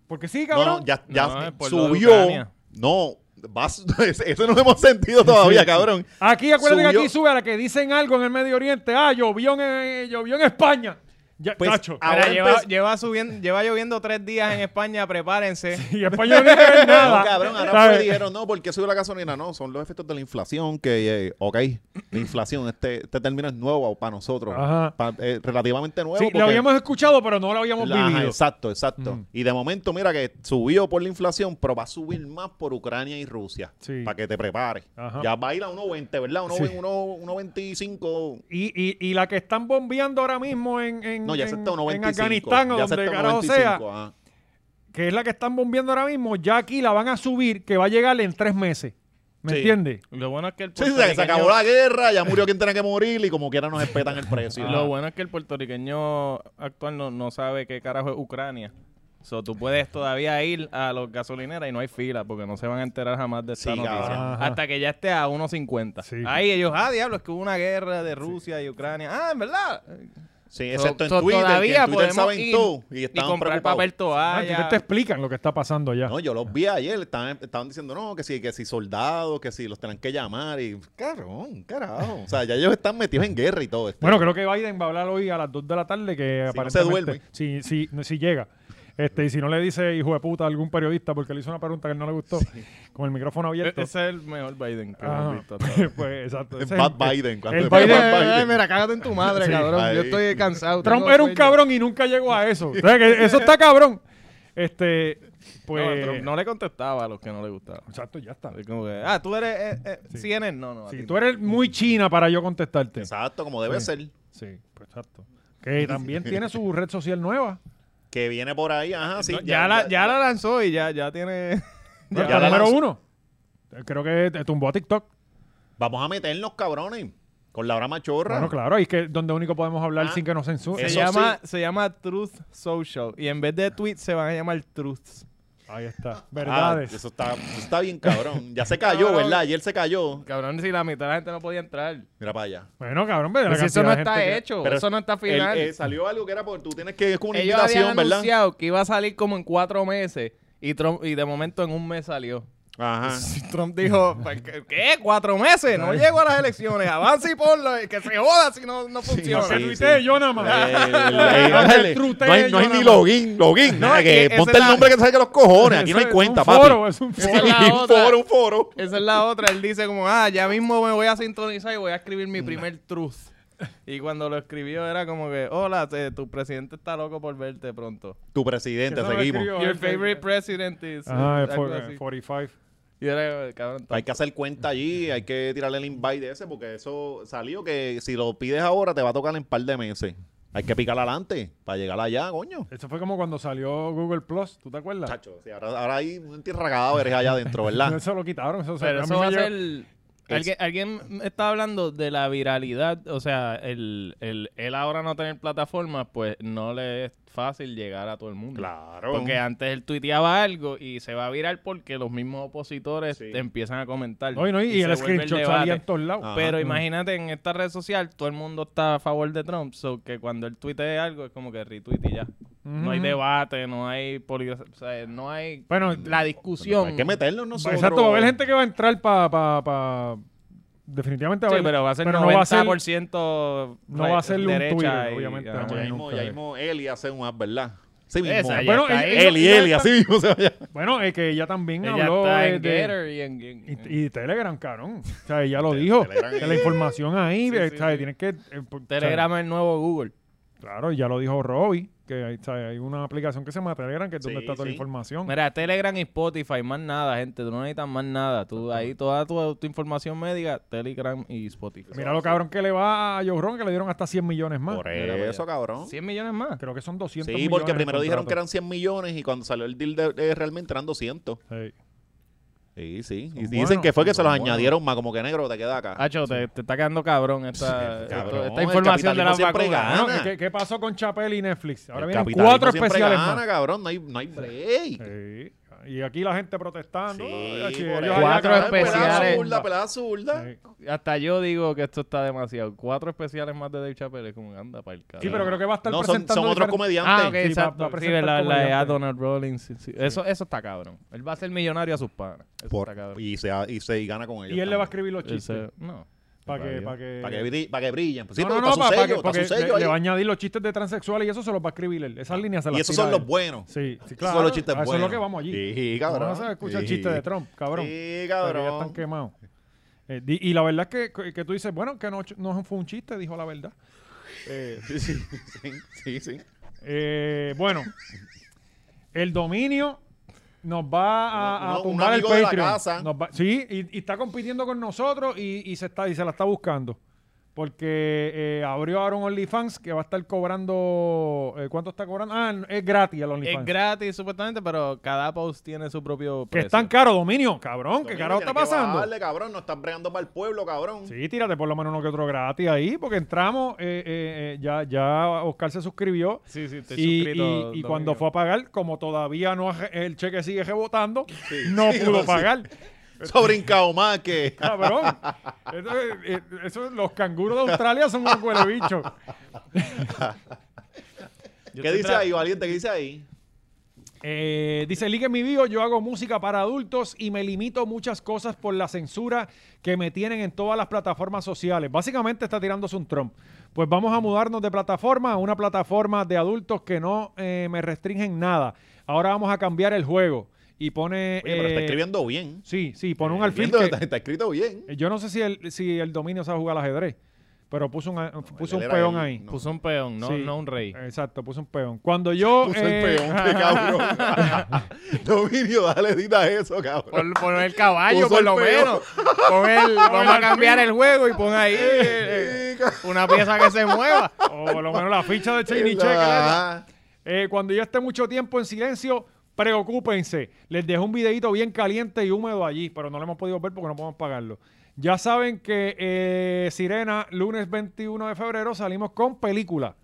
Porque sí,
No,
cabrón.
no, ya, ya
No, es por lo de
subió.
Ucrania.
No, Vas, <laughs> eso no lo hemos sentido todavía, cabrón.
Aquí, acuérdate que
Subió-
aquí sube a la que dicen algo en el Medio Oriente. Ah, llovió en, eh, llovió en España. Ya,
Pues,
tacho.
ahora
Mira, lleva,
empe-
lleva subiendo, lleva lloviendo tres días en España, prepárense.
<laughs> Y España no tiene que ver nada.
No, cabrón, ahora
¿Sabes?
me dijeron, no, ¿por qué subió la gasolina? No, son los efectos de la inflación que, eh, ok, la inflación, este, este término es nuevo para nosotros,
Ajá.
pa- eh, relativamente nuevo.
Sí, lo
porque-
habíamos escuchado, pero no lo habíamos
Ajá,
vivido. Mm.
exacto, exacto. Y de momento, mira que subió por la inflación, pero va a subir más por Ucrania y Rusia,
Sí.
para que te prepares.
Ajá.
Ya va a ir a 1.20, ¿verdad? 1.20, 1.25.
Y, y, y la que están bombeando ahora mismo en, en,
No, ya se
en-
está a 1.25.
en Afganistán o
ya se
donde
está a
carajo sea,
1.25, ajá.
que es la que están bombeando ahora mismo, ya aquí la van a subir, que va a llegar en tres meses. ¿Me
Sí.
entiendes?
Lo bueno es que el
Sí,
Pues,
sí, se acabó
puertorriqueño-
la guerra, ya murió quien tenía que morir y como quiera nos respetan el precio.
Lo bueno es que el puertorriqueño actual no, no sabe qué carajo es Ucrania. So, tú puedes todavía ir a los gasolineras y no hay fila porque no se van a enterar jamás de esta
Sí,
noticia.
cabrón.
Ajá.
Hasta que ya esté a 1.50.
Sí.
Ahí ellos, ah, diablo, es que hubo una guerra de Rusia y Ucrania. Ah, en verdad.
Sí, excepto en
So- so
Twitter, que
todavía
en Twitter
podemos
saben
ir
todo y
Y
estaban
comprar
preocupados.
papel
Ah, que
toalla.
no te explican lo que está pasando allá.
No, yo los vi ayer, estaban, estaban diciendo, no, que si, que si soldados, que si los tenían que llamar y... Carón, carajo. O sea, ya ellos están metidos en guerra y todo esto.
Bueno, creo que Biden va a hablar hoy a las 2 de la tarde que
Si no
aparentemente
se duerme.
Si, si- no, si llega. Este, y si no le dice hijo de puta a algún periodista porque le hizo una pregunta que no le gustó con el micrófono
E-
abierto.
Ese es el mejor Biden que
Ajá.
hemos
<laughs>
visto. hasta ahora.
pues, exacto.
Es
ese es
Bad
el-
Biden. cuando
el
es
Biden-
Bad Biden.
Ay, mira, cágate en tu madre, cabrón. Yo
ahí.
estoy cansado.
Trump
tengo
era un
sueño.
cabrón y nunca llegó a <laughs> eso. O sea, que eso está cabrón. Este,
No,
pues.
Trump no le contestaba a los que no le gustaba.
Exacto, ya está.
Es como que, ah, tú eres eh, eh, CNN. No, no. a
Si
ti
tú eres muy china para yo contestarte.
Exacto, como debe ser.
Sí, pues exacto. Que también tiene su red social nueva.
Que viene por ahí, ajá, sí.
no. ya, la, ya la lanzó y ya, ya tiene.
Ya
Está
la
número
lanzó.
uno. Creo que te tumbó a TikTok.
Vamos a meternos, cabrones, con la hora machorra.
Bueno, claro, Ah, ahí es que donde único podemos hablar sin que nos
Se
censuren.
Eso
llama, se llama Truth Social. Y en vez de tweets se van a llamar Truths.
Ahí está.
Ah,
Verdades.
eso está, eso está bien, cabrón. Ya se cayó, ¿verdad? Ayer se cayó.
Cabrón, si la mitad de la gente no podía entrar.
Mira para allá.
Bueno, cabrón, pero la
Pero si eso
cantidad
no
de
está
gente que-
hecho,
Pero
eso no está
El-
final.
eh, salió algo que era por tú tienes que es como una
Ellos
invitación,
habían
¿verdad?
anunciado que iba a salir como en cuatro meses. Y, Trump, y de momento en un mes salió.
Ajá.
Y Trump dijo, "Pa- ¿qué? qué? ¿Cuatro meses? No llego a las elecciones. Avanza y ponlo. y Que se joda si no, no funciona.
Se
Sí,
tuitee
sí.
yo nada
El-
<laughs> más.
el- el- ándale,
Truteo,
no hay, no hay
yo
ni
nada
login, login.
No,
nada,
es
que
que
ponte
esa
el
es la-
nombre que te salga los cojones. Aquí no hay
Eso
cuenta,
es un foro,
papi.
es un
Sí,
foro.
la
un
otra.
foro, un foro.
Esa es la otra. Él dice como, ah, ya mismo me voy a sintonizar y voy a escribir mi primer truth. Y cuando lo escribió era como que, hola, te- tu presidente está loco por verte pronto.
Tu presidente,
Eso lo
seguimos.
escribió
Your
él, que-
favorite president is...
Ah,
algo
for-
así.
45.
Y era, cabrón,
Hay que hacer cuenta allí, hay que tirarle el invite ese, porque eso salió que si lo pides ahora te va a tocar en un par de meses. Hay que picar adelante para llegar allá, coño.
Eso fue como cuando salió Google Plus, ¿tú te acuerdas?
Chacho, sí, ahora, ahora hay un tirragado eres allá adentro,
<laughs>
¿verdad?
Eso lo quitaron. Eso, se-
Pero
a mí
eso
me
va a
llegó-
ser... Alguien, alguien está hablando de la viralidad, o sea, el, el, él ahora no tener plataformas, pues no le es fácil llegar a todo el mundo.
Claro.
Porque antes él tuiteaba algo y se va a viral porque los mismos opositores
Sí.
empiezan a comentar.
No, y no, y, el
se vuelve
screenshot
debate.
salía en todos lados.
Ah. Ajá.
Pero
Mm.
imagínate, en esta red social todo el mundo está a favor de Trump, so que cuando él tuitea algo es como que retweet y ya. No hay
Ujú. Pues,
debate, Mm. no hay poli- o sea, no hay
Bueno, pues,
la discusión.
Hay que meternos nosotros.
Exacto, va a haber gente que va a entrar para. Pa, pa- definitivamente va a
Sí,
haber-
pero va a ser
pero
90%
no va a ser.
no
va a ser un
derecha
Twitter,
y-
obviamente,
ajá.
no
Ya
hay
mismo,
nunca
ya
de-
mismo Eli hace un app, ¿verdad? Sí mismo.
Esa,
Bueno,
ya está
ella-
ahí.
Eli,
ella
Eli,
está-
así mismo se vaya.
Bueno, es que ella también
Ella
habló
está
de,
en
de-
Getter y en... en- en-
Y, y Telegram, cabrón. O sea, ella lo dijo.
Telegram.
Que la información ahí,
Sí,
eh,
sí,
¿sabes?
sí.
Tienes que. eh, por-
Telegram es el nuevo Google.
¿sabes? Claro, ya lo dijo Robbie. Que hay, ¿sabes? hay una aplicación que se llama Telegram, que es donde
Sí,
está toda la
sí.
información.
Mira, Telegram y Spotify, más nada, gente. Tú no necesitas más nada. Tú ahí toda tu, tu información médica, Telegram y Spotify.
Mira lo cabrón que le va a Joe Rogan, que le dieron hasta 100 millones más.
Por
Mira, vaya.
pues, eso, cabrón.
100 millones más.
Creo que son 200
Sí,
millones.
porque
el
primero dijeron que
contrato.
eran 100 millones y cuando salió el deal de, de- realmente eran 200.
Sí.
Sí, sí. Y
Son
dicen
buenos,
que fue que
son
se los
buenos.
añadieron más, como que negro te queda acá.
Hacho, te, te está quedando cabrón
eh,
cabrón,
esta, esto- este-". esta
el
información de
capitalismo
las
siempre
vacunas.
gana.
Bueno, ¿qué- ¿qué, qué pasó con Chapel y Netflix? Ahora
El
vienen
capitalismo
cuatro
siempre
especiales
gana,
más.
cabrón. No hay, no hay break.
Sí, Y aquí la gente protestando.
Sí,
Ah, chi, ellos
por ahí.
allá
Cuatro
acá-
especiales.
Pelada pues, zurda, pelada zurda.
Sí.
Hasta yo digo que esto está demasiado. Cuatro especiales más de Dave Chappelle es como anda para el carajo.
Sí, pero creo que va a estar
No, son,
presentando
son otros
diferentes-
comediantes.
Ah,
Sí,
ok,
va- va
exacto.
a
Sí,
presentar
la, la de
comediante.
a Donald Rollins. sí, sí. Eso, eso está cabrón. Él va a ser millonario a sus padres. Eso
Por-
está cabrón.
y, se, y se y gana con ellos.
Y él le va a
también.
escribir los chistes.
Ese- no.
Para que,
Dios.
para que.
Para que, bri- para que brillen. Pues sí,
no, no,
porque
no,
está su
para,
sello,
porque
está su
le-
sello
le,
ahí.
va a añadir los chistes de transexuales y eso se los va a escribir él. Esas líneas se las
Y esos
tira
son
él.
los buenos.
Sí, sí,
Esos
claro.
son los chistes
a Eso
buenos.
es lo que vamos allí.
Sí, cabrón.
Vamos a escuchar el
Sí.
chiste de Trump, cabrón.
Sí,
Porque ya
cabrón.
están quemados. Eh, di- y la verdad es que, que tú dices, bueno, que no, no fue un chiste, dijo la verdad.
Sí, sí, sí, sí, sí.
Eh,
<laughs>
bueno, el dominio nos va a, a
Uno- un
tumbar el
amigo de la
Patreon.
casa.
Nos va- sí, y, y está compitiendo con nosotros y, y se está y se la está buscando. Porque eh, abrió ahora un OnlyFans que va a estar cobrando. eh, ¿Cuánto está cobrando? Ah, es gratis el
Es
OnlyFans.
gratis, supuestamente, pero cada post tiene su propio
que
precio.
es tan caro, dominio, cabrón. ¿Qué
Domingo,
carajo está
tienes que
pasando?
bajarle, cabrón. No están bregando para el pueblo, cabrón.
Sí, tírate por lo menos uno que otro gratis ahí, porque entramos, eh, eh, eh, ya, ya Oscar se suscribió.
Sí, sí, estoy
Y, y-
suscrito,
y
Domingo.
cuando fue a pagar, como todavía no ha- el cheque sigue rebotando, <laughs> no pudo pagar.
Sobre brincado más
<laughs>
que.
Cabrón. Entonces, eh, eso- los canguros de Australia son unos huelebichos.
Yo
¿Qué
estoy
dice
tra-
ahí, valiente? ¿Qué dice ahí?
Eh, dice Ligue mi bio, yo hago música para adultos y me limito muchas cosas por la censura que me tienen en todas las plataformas sociales. Básicamente está tirándose un Trump. Pues vamos a mudarnos de plataforma a una plataforma de adultos que no eh, me restringen nada. Ahora vamos a cambiar el juego. Y pone.
Oye, pero
eh,
está escribiendo bien.
Sí, sí, pone un alfil.
Escribiendo,
que-
está, está escrito bien.
eh, yo no sé si el, si el dominio sabe jugar al ajedrez, pero puso un, a- puso
Él
un
era
peón
el-
ahí.
no.
Puso Pues un peón, no,
Sí.
no un rey.
Exacto, puso un peón. Cuando yo.
<laughs> Puso el
eh,
peón, qué cabrón. Dominio, dale, edita eso, cabrón.
Por, por el caballo,
Puso
por
el
lo
peón.
menos.
<laughs>
Pon el, vamos a cambiar el juego y pon ahí eh,
Sí, cabrón.
una pieza que se mueva.
<laughs> O por lo menos la ficha
<laughs>
de Cheney Check.
Ajá.
Eh, cuando yo esté mucho tiempo en silencio, preocúpense. Les dejo un videito bien caliente y húmedo allí, pero no lo hemos podido ver porque no podemos pagarlo. Ya saben que eh, Sirena, lunes 21 de febrero, salimos con película.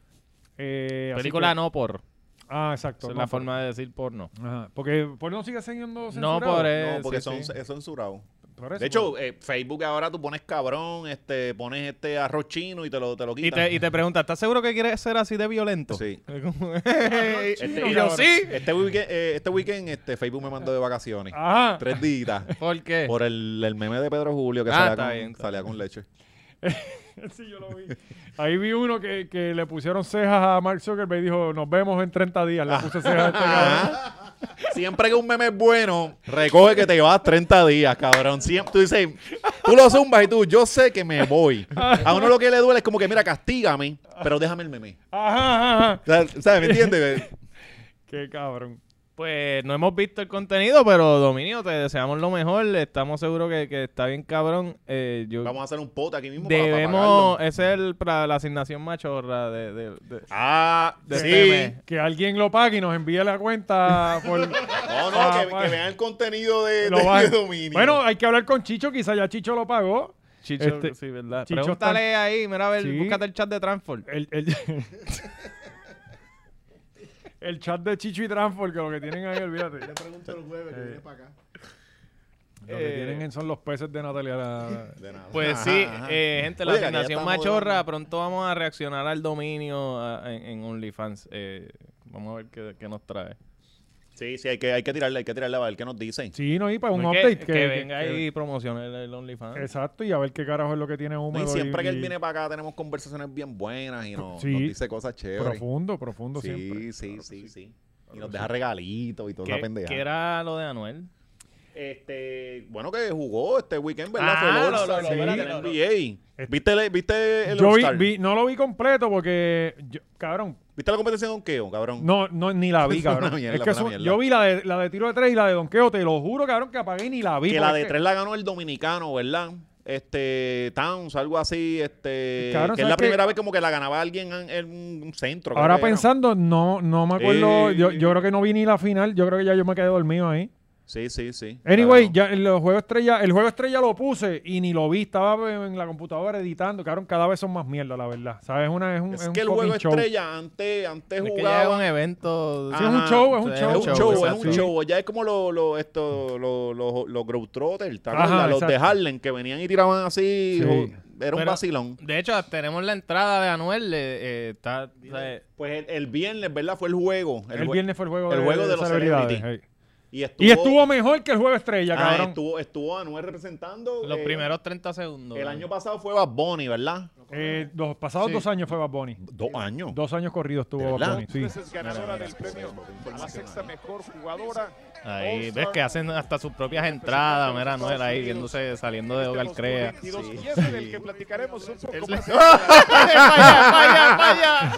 Eh, así
Película
que-
no por.
Ah, exacto.
Esa es
no,
la forma de decir porno.
Ajá, porque por no sigue siendo
No
censurado.
por
No, porque
sí,
son,
sí.
es censurado.
Por eso, <laughs>
De <laughs> hecho, eh, Facebook ahora tú pones cabrón, este, pones este arroz chino y te lo, te lo
Y
quitan.
te, y te pregunta, ¿estás seguro que quieres ser así de violento?
Sí.
y yo sí.
Este weekend, eh, este weekend este, Facebook me mandó de vacaciones.
Ah.
Ajá.
Tres días.
¿Por qué?
Por el, el meme de Pedro Julio que
Ah,
salía,
está
con,
bien, está
salía con
<laughs>
leche.
<laughs> Sí, yo lo vi. Ahí vi uno que, que le pusieron cejas a Mark Zuckerberg y dijo, nos vemos en 30 días. Le
<laughs>
puse cejas a este cabrón.
Ah. Siempre que un meme es bueno, recoge que te llevas 30 días, cabrón. Siempre, tú dices, tú lo zumbas y tú, yo sé que me voy. A uno lo que le duele es como que, mira, castígame, pero déjame el meme.
Ajá, ajá, ajá.
O sea, ¿Sabes? ¿Me
<laughs>
entiendes?
Qué cabrón.
Pues no hemos visto el contenido, pero Dominio, te deseamos lo mejor. Estamos seguros que, que está bien cabrón. Eh, yo
Vamos a hacer un pot aquí mismo. para- para
debemos, eh,
pagarlo.
esa es el, para la asignación machorra de, de- de-
Ah,
de
sí.
este mes.
Que alguien lo pague y nos envíe la cuenta <laughs> por...
No, no,
Ah,
que,
pa-
que vean el contenido de,
lo
de-
baje.
de dominio.
Bueno, hay que hablar con Chicho, quizá ya Chicho lo pagó.
Chicho,
Este-
sí, verdad.
Chicho
Pregúntale ahí, mira, a ver,
Sí.
búscate el chat de Transport.
El, <laughs> el- el chat de Chicho y Transfor, que lo que tienen ahí, olvídate.
Le pregunto el jueves que viene para acá.
Lo que tienen son los peces de Natalia. la-
De nada.
Pues
Ajá,
sí,
ajá.
eh, gente, la
Oye, que ya
asignación
estamos
machorra,
dando-
pronto vamos a reaccionar al dominio a- en, en OnlyFans. Eh, vamos a ver qué, qué nos trae.
Sí, sí, hay que, hay que tirarle, hay que tirarle a ver qué nos
<laughs>
dicen.
Sí, no, y para un
No, es
update.
Que,
Que,
que venga
que-
ahí y promocione el, el OnlyFans.
Exacto, y a ver qué carajo es lo que tiene
No,
húmedo.
y
y-
siempre que él viene para acá tenemos conversaciones bien buenas y nos,
Sí.
nos dice cosas chéveres.
Profundo, profundo
sí,
siempre.
sí, sí, sí, Y nos deja regalitos y toda esa
¿Qué,
pendeja.
qué era lo de Anuel?
Este, bueno, que jugó este weekend, ¿verdad?
Ah,
Fue el
lo-
All-Star
lo-
lo-
en
sí.
el NBA. ¿Viste, el- ¿Viste el
Yo vi-
All-Star?
vi- no lo vi completo porque, yo- cabrón,
¿Viste la competición con Keo, cabrón?
no, no, ni la vi,
<laughs> Fue una
cabrón.
mierda,
es
fue
que
una
eso-
mierda.
yo vi la de, la de tiro de tres y la de Don Quijote, te lo juro, cabrón, que apagué y ni la vi.
que
porque
la
es
de
que-
tres la ganó el dominicano, ¿verdad? Este, Towns, algo así, este,
Cabrón,
que es
¿sabes
la
qué?
primera vez como que la ganaba alguien en, en un centro. creo
Ahora
que era.
pensando, no, no me acuerdo.
Eh.
Yo, yo creo que no vi ni la final. Yo creo que ya yo me quedé dormido ahí.
Sí, sí, sí.
Anyway,
Claro.
ya en los juegos estrella, el juego estrella lo puse y ni lo vi, estaba en la computadora editando, cabrón, cada vez son más mierda, la verdad. ¿Sabes? Una, es un,
Es
es un
que el
fucking
juego
show.
estrella antes, antes
Es que ya es
jugaban
un evento.
Sí, es un show, es un
Sí,
show.
Ah, Es un show, es
exacto.
un show. Ya es como los lo, esto, lo, lo- los Globetrotters, ¿te acuerdas?
Ajá,
los de
exacto.
Harlem que venían y tiraban así.
Sí.
jo- Era un
Pero-
vacilón.
De hecho, tenemos la entrada de Anuel. eh, eh, está, o sea,
Pues el, el viernes, ¿verdad? Fue el juego.
El,
jue-
viernes fue el juego
el
de,
juego de los
celebridades.
celebrity.
ey.
Y estuvo,
Y estuvo mejor que el juego estrella,
ah,
cabrón.
estuvo, estuvo Anuel representando.
los
eh,
primeros 30 segundos.
El año pasado fue Bad Bunny, ¿verdad?
Eh, los pasados
Sí.
dos años fue Bad Bunny.
Dos años.
Dos años corridos
¿De
estuvo
verdad?
Bad Bunny. Sí.
<laughs>
Es ganadora del premio a la sexta mejor jugadora.
Ahí ves que hacen hasta sus propias entradas. Mira, Anuel ahí viéndose, saliendo
este
de Hogar Crea.
Y dos y ese del que platicaremos un poco más.
¡Vaya, vaya, vaya!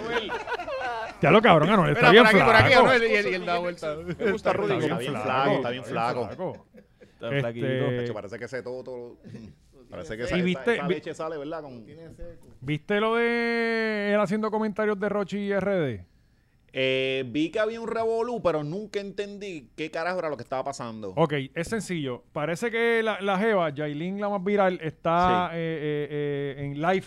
Ya lo cabrón, Anuel, está
Mira,
bien
por aquí, por aquí,
flaco.
Anuel. Y él, y él da vuelta.
Me gusta Rudy.
Está bien flaco, está bien flaco.
Está
Este,
flaquito.
Nacho, parece que ese
<laughs>
todo, todo- Parece que
Y
esa, esa-
viste-
esa
vi-
leche sale, ¿verdad? Con-
¿Viste lo de él haciendo comentarios de Rochi y RD?
Eh, vi que había un revolú, pero nunca entendí qué carajo era lo que estaba pasando.
Ok, es sencillo. Parece que la, la Jeva, Yailin, la más viral, está eh, eh, eh, en live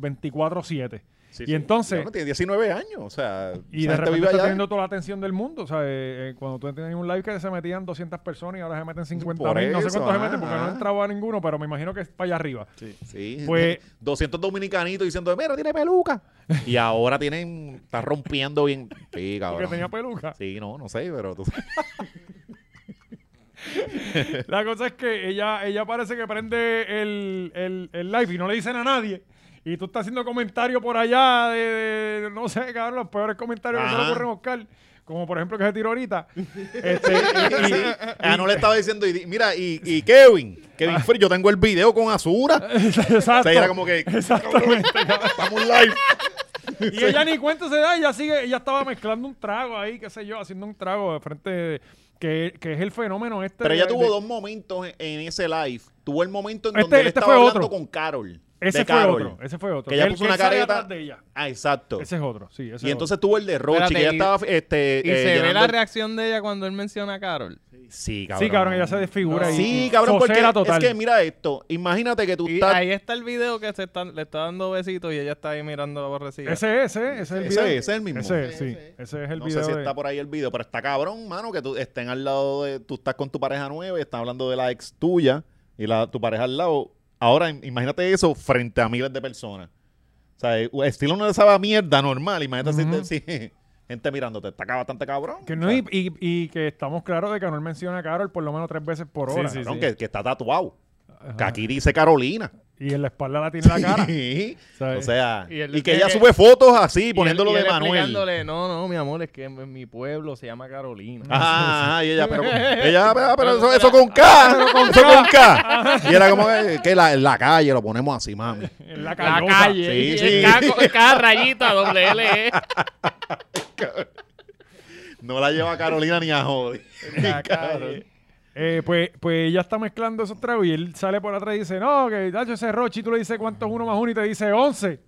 24-7.
Sí,
y
sí.
entonces,
Cabrón, tiene 19 años, o sea,
y
esa
de
gente
repente
vive
está
allá.
teniendo toda la atención del mundo. O sea, eh, eh, cuando tú tenías un live que se metían 200 personas y ahora se meten 50 mil. No sé
eso,
cuántos se meten porque
ajá.
no entraba a ninguno, pero me imagino que es para allá arriba.
Sí,
Pues-
200 dominicanitos diciendo, mira,
<laughs>
tiene peluca. Y ahora tienen, está rompiendo bien. Sí,
Porque
cabrón.
tenía peluca.
Sí, no, no sé, pero tú...
La cosa es que ella, ella parece que prende el, el, el live y no le dicen a nadie. Y tú estás haciendo comentarios por allá de, de- no sé, cabrón, los peores comentarios que se le
Ajá.
ocurren a Oscar. Como por ejemplo que se tiró ahorita. Este, y- y-
<laughs>
<laughs>
Ah, no le estaba diciendo, y di- mira, y, y Kevin, Kevin Free, yo tengo el video con Azura. O
exacto.
sea, era como que,
<laughs> Exactamente.
estamos live.
Y ella ni cuenta se da, ella sigue, ella estaba mezclando un trago ahí, qué sé yo, haciendo un trago de frente de- que, que es el fenómeno este.
Pero ella
de-
tuvo
de-
dos momentos en, en ese live. Tuvo el momento en
Este-
donde él
este
estaba
fue
hablando
otro.
con Carol.
Ese
de
fue
Carol,
otro, ese fue otro.
Que ella
El
puso
que
una
sale
careta.
atrás de ella.
Ah, exacto.
Ese es otro, sí. ese
y
es
entonces tuvo el de Rochi,
Espérate,
que ella
y-
estaba este,
Y
eh,
se ve
llenando
la
el-
reacción de ella cuando él menciona a Carol.
Sí, cabrón.
Sí, cabrón, ella se desfigura. y-
Sí,
y
cabrón, porque
socera total.
es que mira esto. Imagínate que tú
Y
estás...
ahí está el video que se está- le está dando besitos y ella está ahí mirando aborrecida.
Ese es, ese es el
Ese
video.
es, ese es el mismo.
Ese,
Sí,
sí,
sí.
ese es el
no
video.
sé si
de-
está por ahí el video, pero está cabrón, mano, que tú estén al lado de... Tú estás con tu pareja nueva y estás hablando de la ex tuya y la, tu pareja al lado. Ahora, im- imagínate eso frente a miles de personas. O sea, eh, estilo una de esa mierda normal. Imagínate <laughs>
Ujú.
si, si- gente mirándote. Está ca- bastante cabrón.
Que
O
no,
sea,
y, y- y que estamos claros de que Anuel menciona a Carol por lo menos tres veces por hora.
cabrón, Que, que está tatuado. Que aquí dice Carolina.
Y en la espalda la tiene la cara.
<laughs> Sí.
¿sabes?
O sea,
Y él
y, que
decía
ella
que-
sube fotos así,
Y
poniéndolo
él- y él
de Manuel.
explicándole, No, no, mi amor, es que en mi pueblo se llama Carolina.
Ah,
Ah,
Ajá, ajá, y ella, pero, <laughs> ella, pero, pero eso, eso con K, eso con K. Y era como que, que la, en la calle lo ponemos así, mami.
en la,
La
caldosa.
calle.
Sí,
Y
sí.
Cada, cada rayita doble <laughs> L. eh.
No la lleva Carolina ni a joder.
La calle.
Eh, pues, pues ella está mezclando esos tragos y él sale por atrás y dice, no, que Dacho ese Rochi, tú le dices cuántos uno más uno y te dice 11.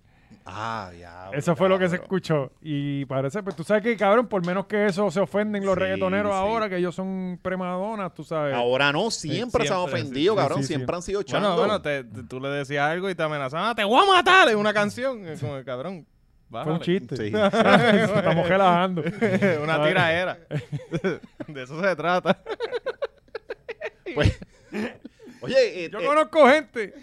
Ah, diablo,
Eso fue lo que se
cabrón.
escuchó. Y parece, pues tú sabes que, cabrón, por menos que eso se ofenden los
Sí,
reggaetoneros
sí.
ahora, que ellos son premadonas, tú sabes.
Ahora no, siempre, se han
siempre,
ofendido,
sí,
cabrón.
sí, sí.
siempre han sido
Bueno,
changos.
bueno, te- te- tú le decías algo y te amenazaban, "Ah, te voy a matar en una canción. Es Como el cabrón.
Ah,
Fue un
<laughs> bájale.
chiste. <laughs>
Sí.
Estamos relajando.
una
<laughs>
tiraera. De eso se trata.
Pues- oye, eh,
Yo
eh,
conozco gente.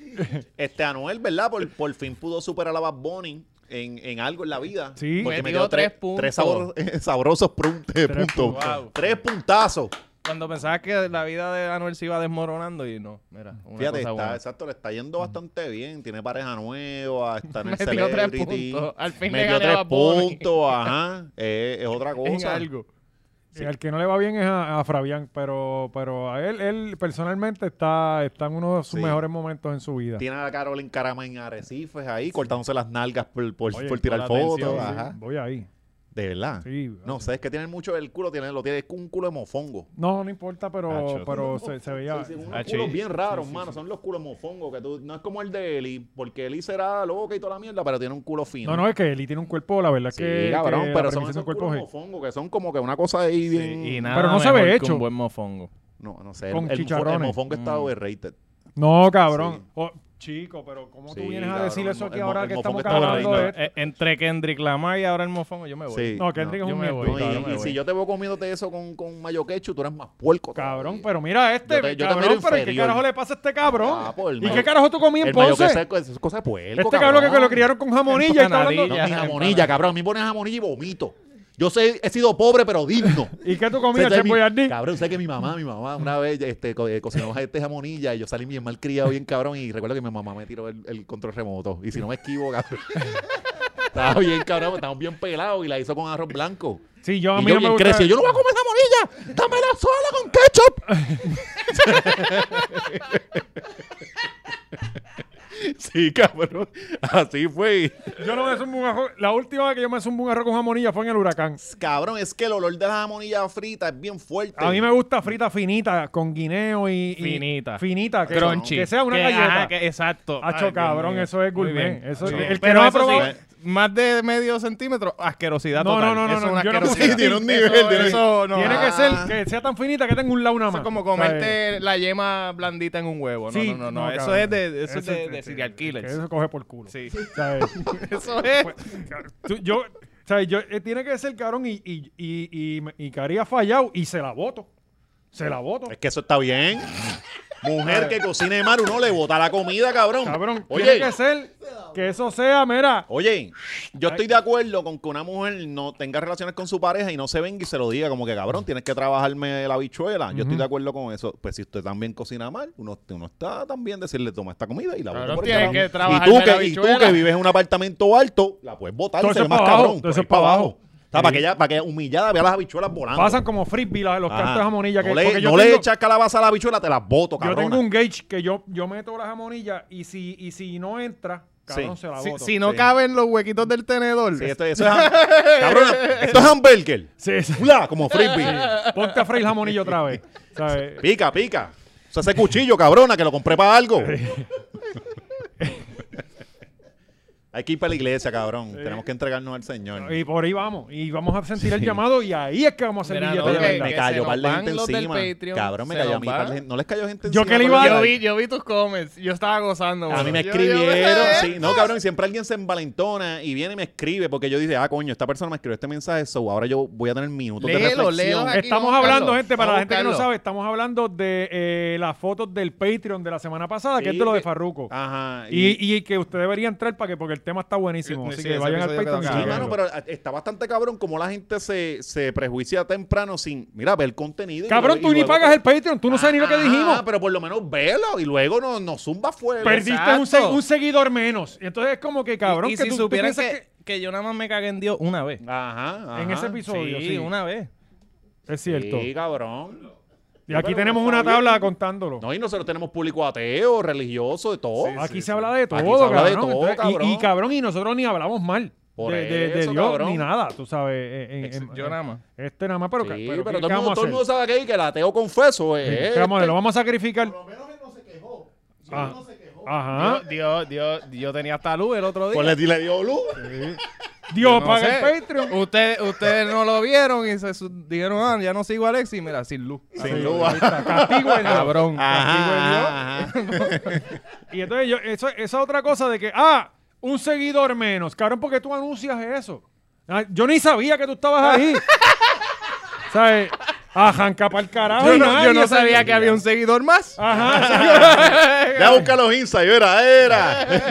este Anuel, ¿verdad? Por, por fin pudo superar a Bad Bunny en, en algo en la vida.
Sí.
Porque
Metió
metió tres,
tres puntos.
tres sabor- <laughs> sabrosos prun-
Tres
eh, puntos.
puntos. Wow.
Tres puntazos.
Cuando pensabas que la vida de Anuel se iba desmoronando y no, mira, una
Fíjate,
cosa
está,
buena.
exacto, le está yendo bastante bien. Tiene pareja nueva, está en el
<laughs> Metió tres
Celebrity.
puntos. Al fin le
Metió
gané
tres
a Bunny.
puntos, ajá. Eh, es otra
<laughs> En
cosa.
algo.
Sí, Al que no le va bien es a, a Fabián, pero, pero a él, él personalmente está, está en uno de sus
Sí.
mejores momentos en su vida.
Tiene a Carol en Carama en Arrecifes ahí, cortándose las nalgas por, por,
Oye,
por tirar
con la
fotos.
atención,
ajá.
Voy ahí.
De verdad.
Sí.
No, sé, es que tienen mucho el culo, tienen, lo tiene es un culo de mofongo.
No, no importa, pero,
Acho.
pero se, se veía.
Sí, sí, unos
Ah,
culos
sí.
bien raros, mano. Son los culos mofongos. Que tú, no es como el de Eli, porque Eli será loca y toda la mierda, pero tiene un culo fino.
No, no, es que Eli tiene un cuerpo, la verdad es
Sí,
que.
cabrón,
que la
pero
premisa
son
de
esos
cuerpo
culos
es-
mofongos que son como que una cosa ahí bien.
Y nada
Pero no se ve
mejor que
hecho.
Un buen mofongo.
No, no sé.
Con
el, el, mofo- el
chicharrones.
mofongo está overrated.
No, cabrón.
Sí.
Oh, chico, pero ¿cómo
Sí,
tú vienes a
cabrón,
decir
el
eso
mo-
aquí
el mo-
ahora
el
que
mofongo
estamos
está
hablando
horrible.
de esto?
Eh, entre Kendrick Lamar y ahora el mofongo, yo me voy.
Sí,
No, Kendrick es
yo
un
me voy.
No, y,
mierda,
claro, me
y si
voy.
yo te veo comiéndote eso con, con mayo quechu, tú eres más puerco.
Cabrón, pero
todavía.
mira este,
Yo te- yo te
cabrón,
miro
pero ¿y ¿qué
inferior.
carajo le pasa a este cabrón?
Ah, por el
¿Y qué
mayo-
carajo tú comías en
El mayo
Ponce?
quechu es cosa- es cosa de puerco.
Este cabrón que, que lo criaron con jamonilla y está
No,
hablando...
ni jamonilla, cabrón. A mí me pones jamonilla y vomito. Yo sé, he sido pobre, pero
<laughs>
digno.
¿Y qué tú comías,
Sé que
Chef
mi-
Boyardee?
Cabrón, sé que mi mamá, mi mamá, una vez este, co- eh, cocinamos este jamonilla y yo salí bien mal criado, bien cabrón. Y recuerdo que mi mamá me tiró el, el control remoto. Y si no me esquivo, cabrón. <laughs> Estaba bien cabrón, estábamos bien pelados y la hizo con arroz blanco.
Sí, yo a
y
mí
yo
no me
bien
gusta...
creció, yo no voy a comer jamonilla, dámela sola con ketchup.
<laughs>
sí, cabrón, así fue.
Yo no me zumbo un arroz. La última vez que yo me zumbo un arroz con jamonilla fue en el huracán.
Cabrón, es que el olor de la jamonilla frita es bien fuerte.
A mí me gusta frita finita, con guineo y... y-
Finita.
Finita. Que,
Crunchy.
Que sea una
Que-
galleta.
ajá, que- exacto. Ay,
Hacho,
Dios
cabrón,
mío.
eso es
Muy
gourmet.
bien.
Eso,
Sí.
el que
Pero
no ha
eso sí,
probado...
Más de medio centímetro, asquerosidad
No,
total.
no, no,
Eso
no,
es una
yo no-
asquerosidad.
Sí, tiene
un nivel, tiene un nivel.
eso no.
Tiene
Ah,
que ser que sea tan finita que tenga un launa
eso
más.
es como
¿Sabes?
comerte la yema blandita en un huevo. No,
Sí,
no, no, no, Eso
cabrón.
es de, eso es de, de
sí,
serial
que
killers.
Eso coge por culo.
Sí.
<laughs> ¿Sabes?
<laughs> Eso es.
Tú- yo, ¿sabes? yo eh, tiene que ser cabrón y, y, y, y, y Cari ha fallado y se la voto. Se la voto.
Es que eso está bien. Mujer que cocine mal, uno le bota la comida,
<laughs>
cabrón.
Cabrón,
oye,
tiene que ser que eso sea, mira.
oye, yo estoy de acuerdo con que una mujer no tenga relaciones con su pareja y no se venga y se lo diga, como que cabrón,
Mm.
tienes que trabajarme la bichuela. Yo estoy de acuerdo con eso. Pues si usted también cocina mal, uno, uno está también decirle, toma esta comida y la bota
Cabrón,
por el
tienes
carajo.
que trabajarme
y tú, que,
la
y tú
bichuela.
que vives en un apartamento alto, la puedes botar,
Todo
se
eso
ve más
para abajo,
cabrón.
todo
por
eso
ahí
para abajo.
O sea, para
Sí.
que ella, para que humillada vea las habichuelas volando.
Pasan como frisbee la- los
Ajá.
cantos de jamonilla. Que,
no le,
porque yo
no le
tengo-
echas calabaza a la bichuela, te las boto,
Yo
cabrón.
tengo un gauge que yo, yo meto la jamonilla y si, y si no entra, cabrón,
Sí.
se la
Si,
boto.
si no
Sí.
caben los huequitos del tenedor.
Sí, esto, eso es ham- <laughs> cabrona, esto es hamburger.
Sí, <laughs> sí.
Bla, como frisbee.
Ponte a freír el jamonillo otra vez. ¿sabes?
Pica, pica. O sea, ese cuchillo, cabrona, que lo compré para algo. <laughs> Hay que ir para la iglesia, cabrón. Tenemos que entregarnos al Señor.
Y por ahí vamos. Y vamos a sentir el llamado y ahí es que vamos a hacer
Mira,
billete
no,
de
que-
verdad.
me
se
cayó
nos
par de gente
van los del
encima.
Patreon,
Cabrón, me
se
cayó a
nos
mí par de
van.
gente- No les cayó gente
Yo
encima.
que le
con
iba a
el
Yo
dar.
vi,
like.
yo vi tus comments. Yo estaba gozando.
A mí
mano.
me
Yo-
escribieron,
yo-
sí, no cabrón, siempre alguien se envalentona y viene y me escribe porque yo dice, ah, coño, esta persona me escribió este mensaje, so ahora yo voy a tener minutos de
Léelo,
reflexión.
léelo aquí,
Estamos
vamos a
hablando,
buscarlo.
gente, para la
Vamos a
gente que no
buscarlo.
sabe, estamos hablando de eh, las fotos del Patreon de la semana pasada, que
Sí,
es de lo de
que- Ah,
Farruko.
Ajá.
y, y que usted debería entrar para que, porque el tema está buenísimo.
Sí,
Así
sí,
que
ese
vayan al
episodio
Patreon.
quedó
y
Sí,
cabrón.
síganlo.
mano, pero a- está bastante cabrón como la gente se, se prejuicia temprano sin, mira, ver el contenido. y
Cabrón,
luego- y
tú ni
luego- pues
pagas el Patreon, tú no sabes ni lo que
Ajá,
dijimos.
pero por lo menos velo y luego nos no zumba fuera.
Perdiste un,
Exacto.
se- un seguidor menos. Entonces es como que, cabrón,
y
que
si
tú, tú
supieran
piensas
que, que yo nada más me cagué en Dios una vez.
Ajá, ajá.
En ese episodio, sí,
Sí, una vez.
es cierto.
Sí, cabrón.
Y aquí
Pero
tenemos
está
una
bien.
tabla contándolo.
No, y nosotros tenemos público ateo, religioso, de todo.
Aquí se habla de todo,
Aquí se habla de
cabrón.
todo,
Entonces, y- Y,
cabrón.
cabrón, y nosotros ni hablamos mal
Por
de, de- de
eso,
Dios
cabrón.
ni nada, tú sabes. eh, en-
Ex-
en-
Ah.
yo nada más.
Este nada más, pero,
Sí,
ca-
pero,
¿qué-
todo,
qué
el mundo,
vamos a
todo el mundo
hacer?
sabe aquí que el ateo confeso es.
Sí, ¿qué
este.
vamos a hacer? ¿Lo vamos a sacrificar?
Por lo menos él no se quejó. Si
Ah.
él no se quejó.
Ajá.
Dios, Dios, yo tenía hasta luz el otro día.
Pues le, le dio luz.
Dios
No
paga
sé.
el Patreon.
Ustedes, ustedes no lo vieron y se su- dijeron, ah, ya no sigo a Alexis. Mira, sin luz.
Sin luz.
Castigo el
Cabrón.
Ajá, ajá.
<laughs> Y entonces yo, eso, esa otra cosa de que, ah, un seguidor menos. Cabrón, porque tú anuncias eso? Ah, Yo ni sabía que tú estabas
<laughs>
ahí. ¿Sabes? Ajanca para el carajo.
Yo
y
no, yo
nadie
no
sabe-
sabía que había un seguidor más.
<laughs>
Ajá, sí.
Ya busca los insights, era, <laughs> era.
Eh,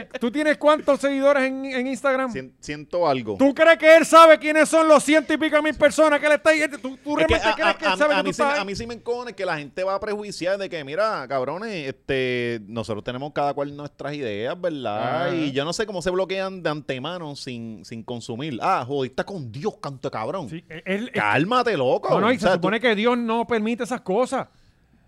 eh, ¿Tú tienes cuántos seguidores en, en Instagram?
Sien- Siento algo.
¿Tú crees que él sabe quiénes son los ciento y pico mil personas que le está ahí? ¿Tú, tú
Es que
realmente
a,
crees que
a-
él sabe
a
que tú
mí sí,
estás
a
ahí?
mí sí me encone que la gente va a prejuiciar de que, mira, cabrones, este, nosotros tenemos cada cual nuestras ideas, ¿verdad? Y yo no sé cómo se bloquean de antemano sin, sin consumir. Ah, jodiste con Dios, canto de cabrón.
Sí, él- él-
Cálmate, loco.
No, no, y
O
se
sea, tú-
supone que Dios no permite esas cosas.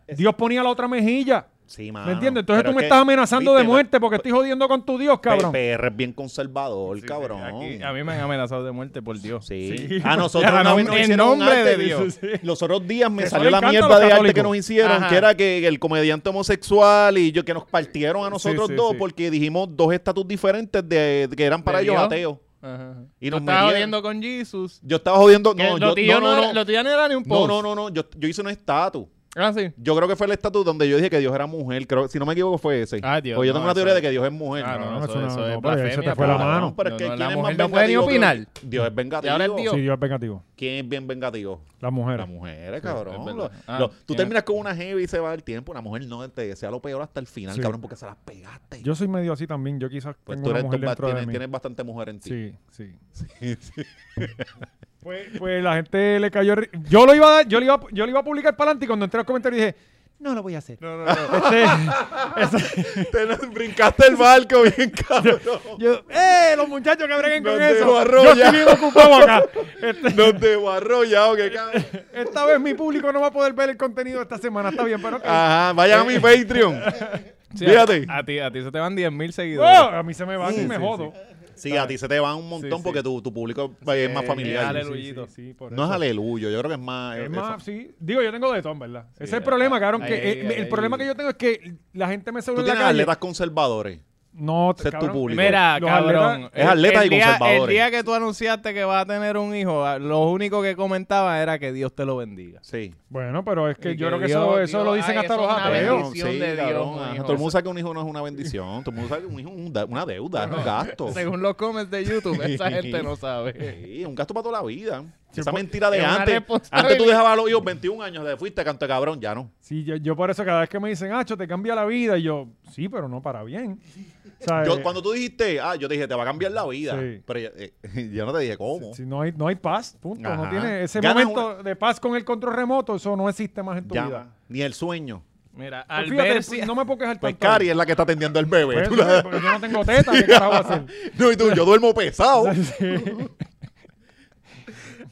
Dios ponía la otra mejilla.
Sí, mano.
¿Me entiendes? Entonces
Ah, Pero
tú me
es que,
estás amenazando
viste,
de muerte porque estoy jodiendo con tu Dios,
P-
cabrón.
PR es bien conservador, cabrón.
Aquí, a mí me han amenazado de muerte, por Dios.
Sí.
Sí.
A nosotros
Ya,
una vez
en
nos hicieron un
nombre de
arte.
Dios.
<laughs> Los otros días me
Eso
salió
le
la
encanta a
mierda
los
de arte que
católicos.
nos hicieron,
Ajá.
que era que el comediante homosexual y yo que nos partieron a nosotros
sí,
dos
sí.
porque dijimos dos estatus diferentes de, que eran para
¿De
ellos
Dios?
ateos. Y
Tú
nos
estabas
metían-
jodiendo con Jesus.
Yo estaba jodiendo.
que
No,
lo,
yo,
tuyo
no, no,
era,
no.
lo tuyo no era ni un
No,
post.
no, no, no. Yo, yo hice un estatus.
Ah, sí.
Yo creo que fue el estatus donde yo dije que Dios era mujer. Creo, si no me equivoco, fue ese.
Ah, Dios,
O yo
no,
tengo una
eso
teoría
es-
de que Dios es mujer.
Ah, no,
no,
eso,
eso no, no,
eso es
pero ahí
blasfemia.
se te fue la
cabrón.
mano.
Pero es que
No, no,
¿quién
la
es
mujer
más
no puede ni
vengativo que-
opinar.
Dios es vengativo.
Y ahora es Dios.
Sí, Dios es vengativo.
¿Quién es bien vengativo?
Las mujeres.
Las mujeres,
es
cabrón.
verdad.
Lo-
Ah,
lo- tú
tiene-
terminas con una heavy y se va el tiempo. Una mujer no te desea lo peor hasta el final,
Sí.
cabrón, porque se las pegaste.
Yo soy medio así también. Yo quizás
pues
tengo
tú
una
eres, tú
mujer
ba-
dentro de
tienes,
mí.
tienes bastante mujer en ti.
Sí, sí. pues, pues la gente le cayó. ri- Yo lo iba a dar- yo lo iba, a- yo lo iba a publicar para adelante y cuando entré a los comentarios dije, no lo voy a hacer.
No, no, no.
Este, este-
<laughs> Te nos- brincaste el barco
<laughs>
bien, cabrón.
yo, ¡eh! Los muchachos que breguen
No
con
te
eso.
barro
Yo
ya.
estoy bien ocupado acá. Este-
<laughs> Nos debo arrollado, que cabrón.
esta vez mi público no va a poder ver el contenido de esta semana. Está bien, pero ok.
Ajá, vayan a
<laughs>
mi Patreon.
Sí,
Fíjate.
A, a ti, a ti se te van
¡Oh!
10.000 seguidores.
Wow, a mí se me va y me jodo.
Sí, a ti se te van un montón
sí.
porque tu, tu público es más familiar.
es
Sí, sí,
aleluyito.
sí, por
No es
eso.
aleluyo, yo creo que es más. eh,
Es
es-
más, sí. Digo, yo tengo de todo, en verdad. Ese es el problema, cabrón. Que
Ahí,
eh, me- el
ahí.
problema que yo tengo es que la gente me
Tú
saluda en
tienes
la calle.
atletas conservadores.
No,
Ese es tu
cabrón.
público.
Mira,
Los
cabrón.
atletas-
es atleta y
el día,
conservadores.
El día que tú anunciaste que vas a tener un hijo, a- lo único que comentaba era que Dios te lo bendiga.
Sí.
Bueno, pero es que
Y
yo
que
creo que
Dios-
eso, eso
Dios-
lo dicen
ay,
hasta
eso
los
es una
ateos.
bendición. de Dios,
cabrón, ajá.
hijo.
Todo el mundo sabe que un hijo no es una bendición. Todo el mundo sabe que un hijo es un da- una deuda, es
<laughs>
un gasto.
Según los comments
<laughs>
de YouTube, <laughs> esa gente no <laughs> sabe.
Sí, un gasto para toda la vida. Esa mentira
es
de
una
antes.
responsabilidad.
Antes tú dejabas a los hijos 21 años, te fuiste, canto de cabrón, ya no.
Sí, yo, yo por eso cada vez que me dicen, Acho, te cambia la vida, y yo, sí, pero no para bien. O sea,
Yo,
eh,
cuando tú dijiste, ah, yo te dije, te va a cambiar la vida.
Sí.
Pero ya- eh, <laughs> yo no te dije cómo.
si no hay, no hay paz, punto. No
Ajá.
tiene ese
Ganas
momento de paz con el control remoto, eso no existe más en tu
Ya,
vida.
ni el sueño.
Mira,
Pues
al
fíjate,
ver si...
no me puedo quejar
Pues
tanto.
Cari es la que está atendiendo al bebé.
Pues,
Tú la-
porque yo no tengo teta, ¿qué carajo voy a hacer?
<laughs> No, y tú, yo duermo
<laughs>
pesado.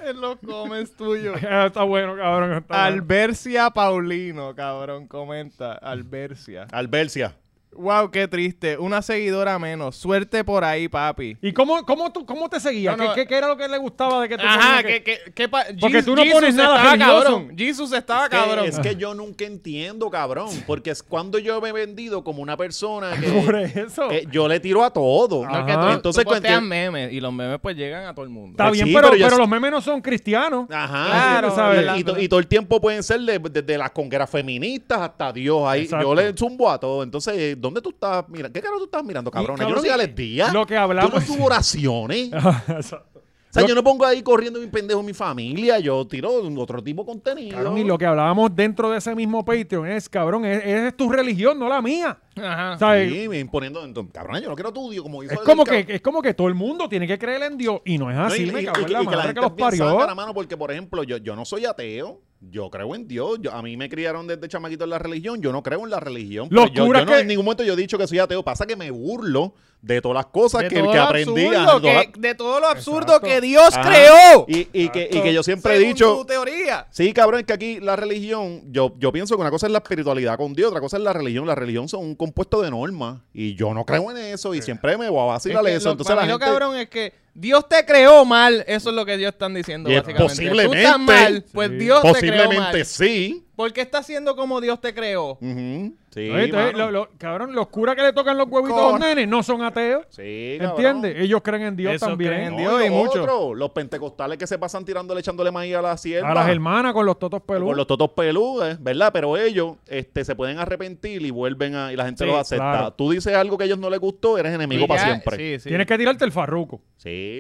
en los comments <laughs> tuyos.
Ah, está bueno, cabrón. está bueno.
Albercia Paulino, cabrón, comenta. Albercia.
Albercia.
Wow, qué triste. Una seguidora menos. Suerte por ahí, papi.
¿Y cómo, cómo, tú, cómo te seguía?
No, no.
¿Qué, qué, qué era lo que le gustaba de que tú
Ajá,
ponías
que, que, que pa-
Porque tú
Jesus-
no pones nada
estaba
religioso.
cabrón. Jesus
Ah,
estaba
que-
cabrón.
Es que yo nunca entiendo, cabrón. Porque es cuando yo me he vendido como
<laughs>
una persona
Por
que,
<laughs>
eso.
que Eh, yo le tiro a todo.
No, es que Ah, tú-
Entonces,
tú posteas
cuando-
memes y los memes pues llegan a todo el mundo.
Está
Pues
bien,
sí,
pero,
pero yo-
pero los memes no son cristianos.
Ajá.
Claro,
Y-
¿sabes?
y, to- y todo el tiempo pueden ser de- desde las congueras feministas hasta Dios ahí.
Exacto.
Yo le zumbo a todo. Entonces, eh, ¿dónde tú estás mirando? ¿Qué caro tú estás mirando, cabrón? Yo no
cabrón,
sigo a los días.
lo que hablamos-
Yo no subo oraciones.
<laughs>
o
Exacto.
sea, yo no pongo ahí corriendo mi pendejo mi familia. Yo tiro otro tipo de contenido.
Cabrón, y lo que hablábamos dentro de ese mismo Patreon es, cabrón, es, es tu religión, no la mía.
Ajá.
¿Sabes?
Sí, me imponiendo. entonces, Cabrón, yo no quiero tu Dios. Como hizo
eh. Es
el
como,
cabrón.
que, es como que todo el mundo tiene que creer en Dios y no
Ah,
es así,
No,
me cago en la
y que
madre que
gente
los
es bien santa la
parió.
mano porque, por ejemplo, yo, yo no soy ateo. Yo creo en Dios. Yo- a mí me criaron desde chamaquito en la religión. Yo no creo en la religión. pero
Los
yo,
curas
yo no,
que-
en ningún momento yo he dicho que soy ateo. Pasa que me burlo de todas las cosas
De
que,
todo
que
lo
aprendí.
absurdo
ajá,
que-
todas-
de todo lo absurdo
Exacto.
que Dios
Ajá.
creó.
Y, y que, y que yo siempre he
según
dicho...
tu teoría.
Sí, cabrón, es que aquí la religión, yo, yo pienso que una cosa es la espiritualidad con Dios, otra cosa es la religión. La religión son un compuesto de normas y yo no creo en eso y siempre me voy a
Es
vacilar
que
eso.
lo-
Entonces la
para mí
gente...
lo cabrón es que Dios te creó mal, eso es lo que Dios están diciendo
Y es
básicamente. Tú
posiblemente-
estás mal, pues
Sí.
Dios te creó
posiblemente
mal.
sí.
¿Por qué estás haciendo como Dios te creó?
Ujú, Sí,
Oye, entonces,
mano.
lo- lo- cabrón, los curas que le tocan los huevitos a los
Con-
nenes no son ateos.
Sí, cabrón.
¿Entiendes? Ellos creen en Dios
Eso
también.
creen en
No,
Dios
y
y
lo
mucho.
otro, los pentecostales que se pasan tirándole, echándole maíz a la sierva.
A las hermanas con los totos peludos.
Con los totos peludos, ¿verdad? Pero ellos este, se pueden arrepentir y vuelven a... Y la gente
Sí,
los acepta.
claro.
Tú dices algo que a ellos no les gustó, eres enemigo
Y
para
ya-
siempre. Sí.
Sí, sí.
Tienes que tirarte el farruco.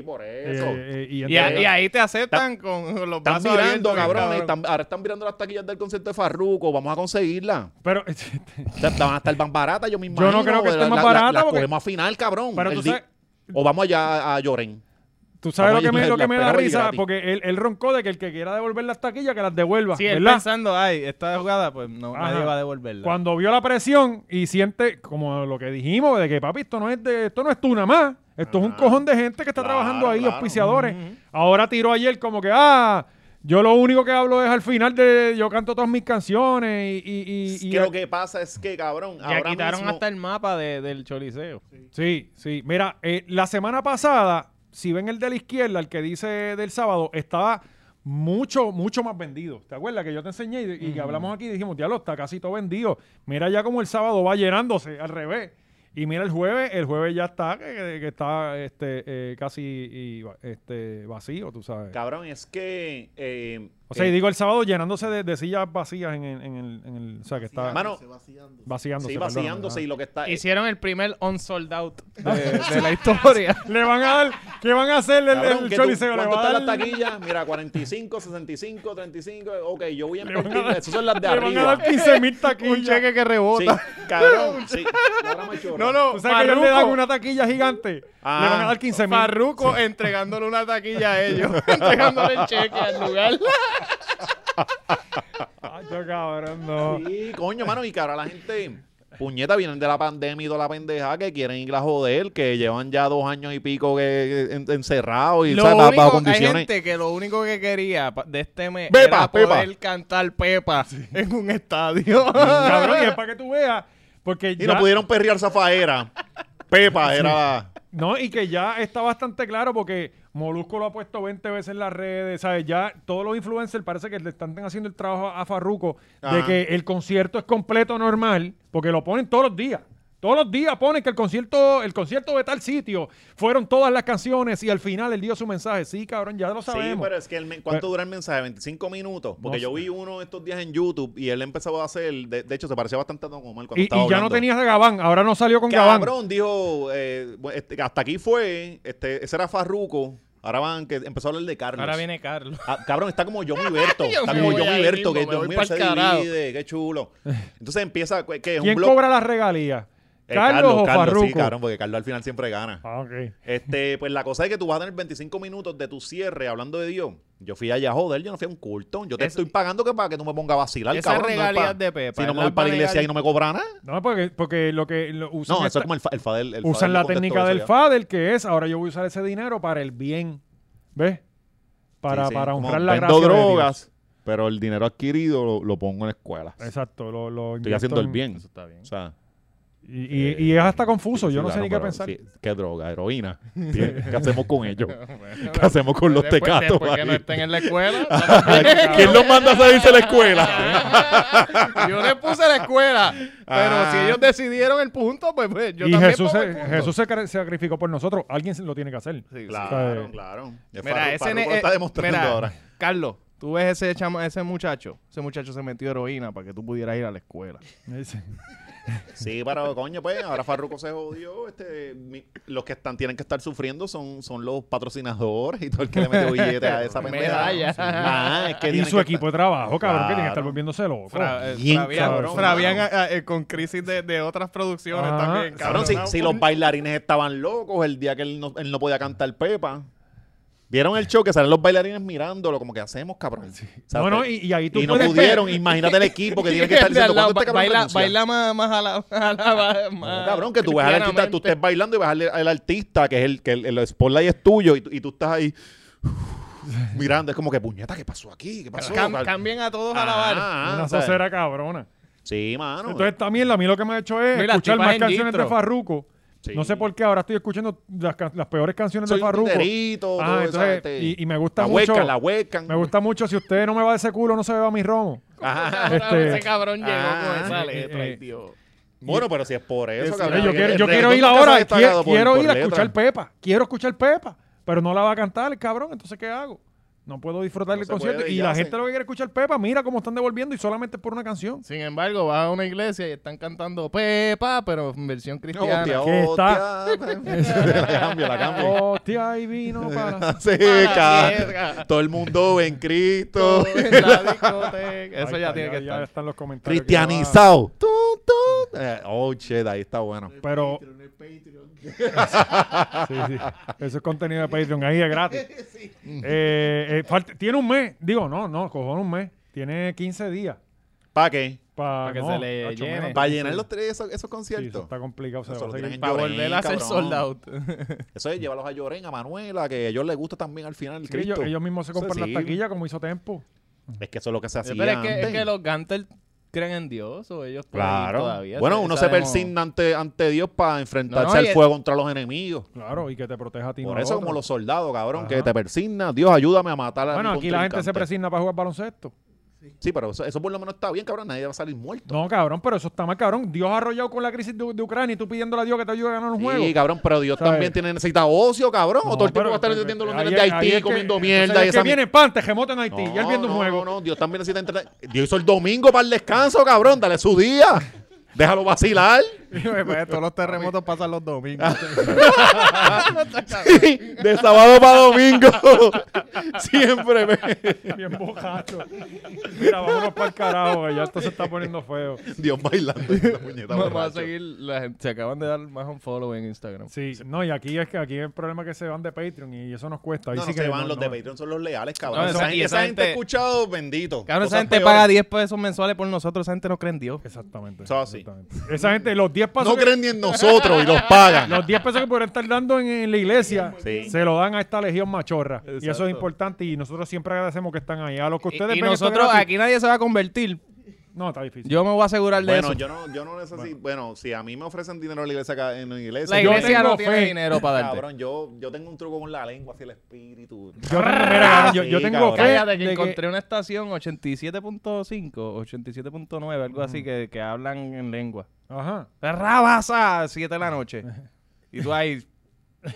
por eso.
Eh, eh, y
Y, a-
entonces-
y ahí te aceptan con los
Están
brazos
mirando,
abiertos,
cabrones.
cabrón.
están- ahora están mirando las taquillas del concierto de Farruko. Vamos a conseguirla.
Pero, <laughs>
O sea, Van a estar más baratas, yo mismo.
Yo no creo que esté más barata
Las
porque-
podemos afinar, cabrón.
pero tú
el di-
sabes-
O vamos allá a Lloren.
Tú sabes lo
Vamos a
que me,
ir-
lo
la
que me da
pegamos y
risa,
gratis.
porque él, él roncó de que el que quiera devolver las taquillas, que las devuelva.
Sí, él
¿verdad?
pensando, ay, esta jugada, pues no,
Ajá.
nadie va a devolverla.
Cuando vio la presión y siente, como lo que dijimos, de que papi, esto no es, de, esto no es tú nada más. Esto es un cojón de gente que está
Ah. Claro,
trabajando ahí,
claro.
auspiciadores. Ahora tiró ayer como que, ah, yo lo único que hablo es al final de, yo canto todas mis canciones y... y- y- y-
que lo que pasa es que, cabrón,
Ya
ahora
quitaron
mismo-
hasta el mapa de- del choliseo.
Sí, sí. Mira, eh, la semana pasada, si ven el de la izquierda, el que dice del sábado, estaba mucho, mucho más vendido. ¿Te acuerdas que yo te enseñé y, y que hablamos aquí y dijimos, diablo, está casi todo vendido? Mira ya como el sábado va llenándose, al revés. Y mira el jueves, el jueves ya está, que, que está este, eh, casi y, este, vacío, tú sabes.
Cabrón, es que. eh,
O sea,
eh,
y digo el sábado llenándose de, de sillas vacías en, en- en el, en el- O sea, que está
Mano,
vaciándose.
sí,
perdóname,
vaciándose y
ajá.
lo que está. eh,
Hicieron el primer on sold out de, de la historia.
<laughs> Le van a dar. ¿Qué van a hacer el,
Cabrón,
el
que tú-
Choliseo? Le
¿Cuánto
va a
está
dar-
la taquilla? Mira, 45, 65, 35. Ok, yo voy a
Le van a
partir.
dar-
Esas son las de
le van a
arriba.
dar 15
<laughs>
mil taquillas.
Un cheque que
Sí,
rebota.
cabrón.
<laughs>
Sí. Ahora machorra.
No, no,
O sea, que ellos le dan
Farruko.
una taquilla gigante. le
Ah.
van a dar 15 mil.
Farruco entregándole una taquilla a
<laughs>
ellos. entregándole el cheque al lugar.
Ay, yo, cabrón, no.
Sí, coño, mano, y que ahora la gente, puñeta, vienen de la pandemia y toda la pendeja que quieren ir a joder, que llevan ya dos años y pico que, en- encerrados y
Lo
¿sabes? Ba-
único-
bajo
Hay
condiciones.
gente que lo único que quería pa- de este mes
Pepa,
era poder
Pepa.
cantar Pepa en un estadio.
<laughs> Cabrón, y es para que tú veas. Porque
Y
ya,
no pudieron perrear Zafaera. Pepa era la-
No, y que ya está bastante claro porque Molusco lo ha puesto 20 veces en las redes, ¿sabes? Ya todos los influencers parece que le están haciendo el trabajo a Farruco de
Ajá.
que el concierto es completo normal, porque lo ponen todos los días. Todos los días ponen que el concierto, el concierto de tal sitio fueron todas las canciones y al final él dio su mensaje. Sí, cabrón, ya lo
Sí,
sabemos.
pero es que el men- ¿cuánto
Pero-
dura el mensaje? ¿25 minutos? Porque
No
yo
sé.
vi uno estos días en YouTube y él empezaba a hacer, de, de hecho se parecía bastante a Don Omar cuando
y,
estaba
y ya no
hablando.
tenías a Gabán, ahora no salió con Gabán.
Cabrón, dijo, eh, bueno, este, hasta aquí fue, este, ese era Farruco, ahora van, que empezó a hablar de Carlos.
Ahora viene Carlos.
Ah, cabrón, está como Johnny
<laughs>
Berto. está
me
como
voy
Johnny
ahí
Berto,
mismo,
que
me voy
Dios mío,
pa'l
él se
carajo.
divide,
<laughs>
qué chulo. Entonces empieza, que es un
¿Quién
blog.
cobra las regalías?
Eh,
¿Carlos, o Farruco?
sí, cabrón, porque Carlos al final siempre gana.
Ah, ok.
Este, pues la cosa es que tú vas a tener 25 minutos de tu cierre hablando de Dios. Yo fui allá, joder, yo no fui a un culto. Yo te estoy pagando que para que tú me pongas a vacilar,
Esas
cabrón. no es pa-
regalías de Pepa.
si no me
las
voy para
va
la
a
iglesia
regalar-
y no me cobra nada.
No, porque, porque lo que lo usan
No, eso
esta-
es como el, fa- el Fadel. el Fadel
usan
le
la
contestó
técnica
eso
del
ya.
FADEL, que es ahora yo voy a usar ese dinero para el bien. ¿Ves? Para,
Sí, sí,
para
como
honrar la
vendo
gracia. de Dios. Eh,
drogas, pero el dinero adquirido lo, lo pongo en escuelas.
Exacto, lo, lo
Estoy
invierto
haciendo el
en-
bien.
Eso está bien.
O sea,
Y, y- y es hasta confuso,
Sí,
yo no
claro,
sé ni qué
pero
pensar.
sí, ¿Qué
<laughs>
droga? ¿Heroína? <laughs> ¿Qué hacemos con ellos? ¿Qué hacemos con los
Después-
tecatos?
después que no
ahí?
estén en
<laughs>
la escuela.
¿Quién los manda a salirse de la
<laughs>
escuela?
yo le puse la escuela. Pero
Ah.
si ellos decidieron el punto, pues, pues, yo
y
también
Jesús,
pongo
se-
el punto.
Jesús se cre- sacrificó por nosotros, alguien se lo tiene que hacer.
claro, <laughs>
Sí.
claro.
Mira, ese ne-
lo está
eh,
demostrando
mira,
<laughs>
ahora.
Carlos, tú ves ese chama- ese muchacho, ese muchacho se metió heroína para que tú pudieras ir a la escuela.
Sí.
Sí, pero coño, pues ahora Farruko se jodió. Este, mi- los que están, tienen que estar sufriendo son, son los patrocinadores y todo el que le mete billete a esa pendeja.
Medalla.
Ah, es que
Y
tienen
su
que
equipo de trabajo, cabrón, que tiene que
Claro.
estar volviéndose loco.
Fra- eh,
Bien
Fabián,
cabrón,
Fabián,
mano.
a- a- eh, con crisis de, de otras producciones
Ajá.
también.
estar- Cabrón, si, si los bailarines estaban locos el día que él no, él no podía cantar Pepa. ¿Vieron el show que salen los bailarines mirándolo? Como que hacemos, cabrón. O sea,
No, no,
te-
y, y ahí tú
y no
puedes-
pudieron. Imagínate el equipo que tiene que estar
El eh, de al
diciendo
lado,
cuánto este
ba-
cabrón renuncia?"
baila, baila más, más a la, a la- más
No, Ah, cabrón, que tú ves al artista, tú estés bailando y ves al, al artista, que es el que el, el spotlight es tuyo, y, tú- y tú estás ahí <sighs> uf, mirando. Es como que, puñeta, ¿qué pasó aquí? ¿Qué pasó?
Cam-
Cal-
cambien a todos a
Ah,
la bar.
ah,
Una
o sea,
socera cabrona.
Sí, mano.
Entonces también a mí lo que me ha hecho es
Mira,
escuchar
tipas
más
en
canciones
distro.
de Farruko.
Sí.
No sé por qué ahora estoy escuchando las, can- las peores canciones
Soy
de
un
Farruko.
titerito,
Ah,
todo eso,
entonces,
este,
y, y me gusta
La
mucho.
huecan, la huecan.
Me gusta mucho. Si usted no me va de ese culo, no se beba mi
<laughs>
romo.
Ajá.
Este-
Ese cabrón llegó
Ah,
con esa
eh,
letra,
eh,
ay, Dios.
Bueno, pero si es por eso, cabrón.
yo
que
quiero,
el
yo quiero
reggaetón
ir
nunca se ha
ahora. quie- Quiero,
destacado por- por
ir a
letras.
escuchar Pepa. Quiero escuchar Pepa. Pero no la va a cantar el cabrón. Entonces, ¿qué hago? No puedo disfrutar
No
del
se
concierto.
puede,
y
ya
la
sé.
gente lo que quiere escuchar Pepa, mira cómo están devolviendo y solamente por una canción.
Sin embargo, vas a una iglesia y están cantando Pepa, pero en versión cristiana.
Hostia,
Que está-
hostia. La <laughs> cambio, la cambio.
Hostia, ahí vino
<laughs>
para.
Sí,
Mala
cabrón.
mierda.
Todo el mundo en Cristo.
<laughs> En la discoteca. Eso
Ahí
ya
está,
tiene que
ya
estar.
están los comentarios. que ya-
Cristianizado. Tun, tun. Eh, oh, shit, ahí está bueno.
Pero. Sí, <laughs> sí. Eso es contenido de Patreon. Ahí es gratis. Eh, eh, falta- tiene un mes. Digo, no, no, cojón, un mes. Tiene 15 días.
¿Para qué?
Para
Pa' que se le llene.
Para llenar los tres esos, esos conciertos.
está complicado. se
Eso
va a
lo
seguir.
tienen
Para
Llorén,
volver a hacer
cabrón.
sold out.
Eso es, llévalos a Lloren, a Manuela, que a ellos les gusta también al final el
Sí, ellos,
Cristo.
ellos mismos se
Eso
compran
sí.
las taquillas como hizo Tempo.
Es que eso es lo que se hacía
<laughs> Pero es que, es
antes.
que los Gantel creen en Dios o ellos por ahí
Claro.
Pues,
todavía.
bueno,
se-
uno
sabemos-
se persigna ante, ante Dios para enfrentarse
No, no, y
al
es-
fuego contra los enemigos.
Claro, y que te proteja a ti. no
Por
al
eso,
otro.
como los soldados, cabrón,
Ajá.
que te persigna. Dios, ayúdame a matar a
Bueno,
mi
aquí la gente se
contrincante.
presigna para jugar baloncesto.
Sí, pero eso, eso por lo menos está bien, cabrón. Nadie va a salir muerto.
No, cabrón, pero eso está mal, cabrón. Dios ha arrollado con la crisis de, de Ucrania y tú pidiéndole a Dios que te ayude a ganar un
Sí,
juego.
cabrón, pero Dios
¿Sabes?
también tiene, necesita ocio, cabrón.
No,
o todo el
pero-
tiempo
pues,
va a estar
pero-
entendiendo los
ahí
nenes
es-
de
ahí
Haití
es que-
comiendo
entonces
mierda.
es
y
que
esa
viene pan, terremoto en Haití. y él viendo
no,
un juego. <laughs>
No, no, Dios también necesita entrenar. Dios hizo el domingo para el descanso, cabrón. Dale su día. Déjalo vacilar. <laughs>
Todos los terremotos pasan los domingos.
De sábado para domingo. <laughs> Siempre me-
Bien bojacho. Mira, vámonos para el carajo, güey. Ya esto se está poniendo feo.
Dios bailando. la puñeta,
Vamos a
borracho.
seguir. La gente, se acaban de dar más un follow en Instagram.
Sí, no, y aquí es que aquí el problema es que se van de Patreon y eso nos cuesta. Ahí
No,
sí
no
que
se van,
no-
los
no-
de Patreon son los leales, cabrón.
No,
esa,
esa-
gente-
y esa
esa gente ha
gente-
escuchado, bendito.
Cabrón, esa
Cosas
gente
peores.
paga 10 pesos mensuales por nosotros. Esa gente no cree en Dios.
Exactamente.
Eso así.
exactamente. Esa gente, los 10 pasos
No
que-
creen ni en nosotros y los pagan.
Los 10 pesos que podrían estar dando en, en la iglesia
<laughs> Sí.
se lo dan a esta legión machorra. Y eso es importante y nosotros siempre agradecemos que están ahí. A los que
Y-
ustedes
y
ven esto
nosotros,
gratis-
aquí nadie se va a convertir.
No, está difícil.
Yo me voy a asegurar de
Bueno,
eso.
yo no, yo no necesito. Bueno. si a mí me ofrecen dinero en la iglesia, acá- en la iglesia,
la
yo
iglesia
tengo
no tiene
fe.
dinero para darte.
Cabrón, yo, yo tengo un truco con la lengua, así el espíritu.
Yo
<laughs>
tengo, mira, yo, yo
Sí,
tengo
cabrón.
fe
Cállate, que
de que-
encontré una estación 87.5, 87.9, algo así, que, que hablan en lengua.
Ajá.
Rabasa, 7 de la noche. <laughs> Y tú ahí,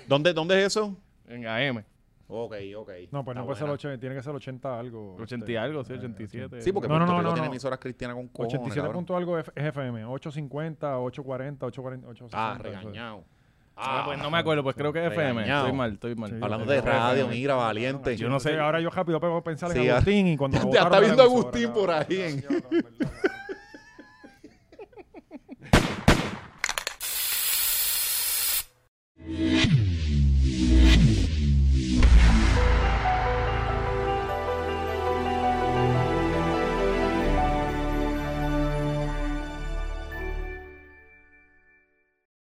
¿Dónde, ¿Dónde es eso?
en AM.
Ok, ok.
No, pues no
Está
puede ser
buena.
80, tiene que ser 80 algo.
80 y
este,
algo, sí,
eh,
87.
Sí, porque pues,
No,
Puerto
no, no,
Rico
no,
tiene
no.
emisoras cristianas con cojones,
87
cabrón.
punto algo F- FM, 850, 840, 840, 860.
Ah, regañado.
Ah, pues no me acuerdo, pues creo que es FM.
Regañado.
Estoy mal, estoy mal.
Sí,
Hablando
pues, yo
de
creo que
radio,
FM.
mira, valiente.
Yo no sé. Ahora yo rápido puedo pensar en
Sí,
Agustín y cuando me
<laughs> Ya está
botaron de la
viendo
emisora,
Agustín
cabrón.
por ahí. en-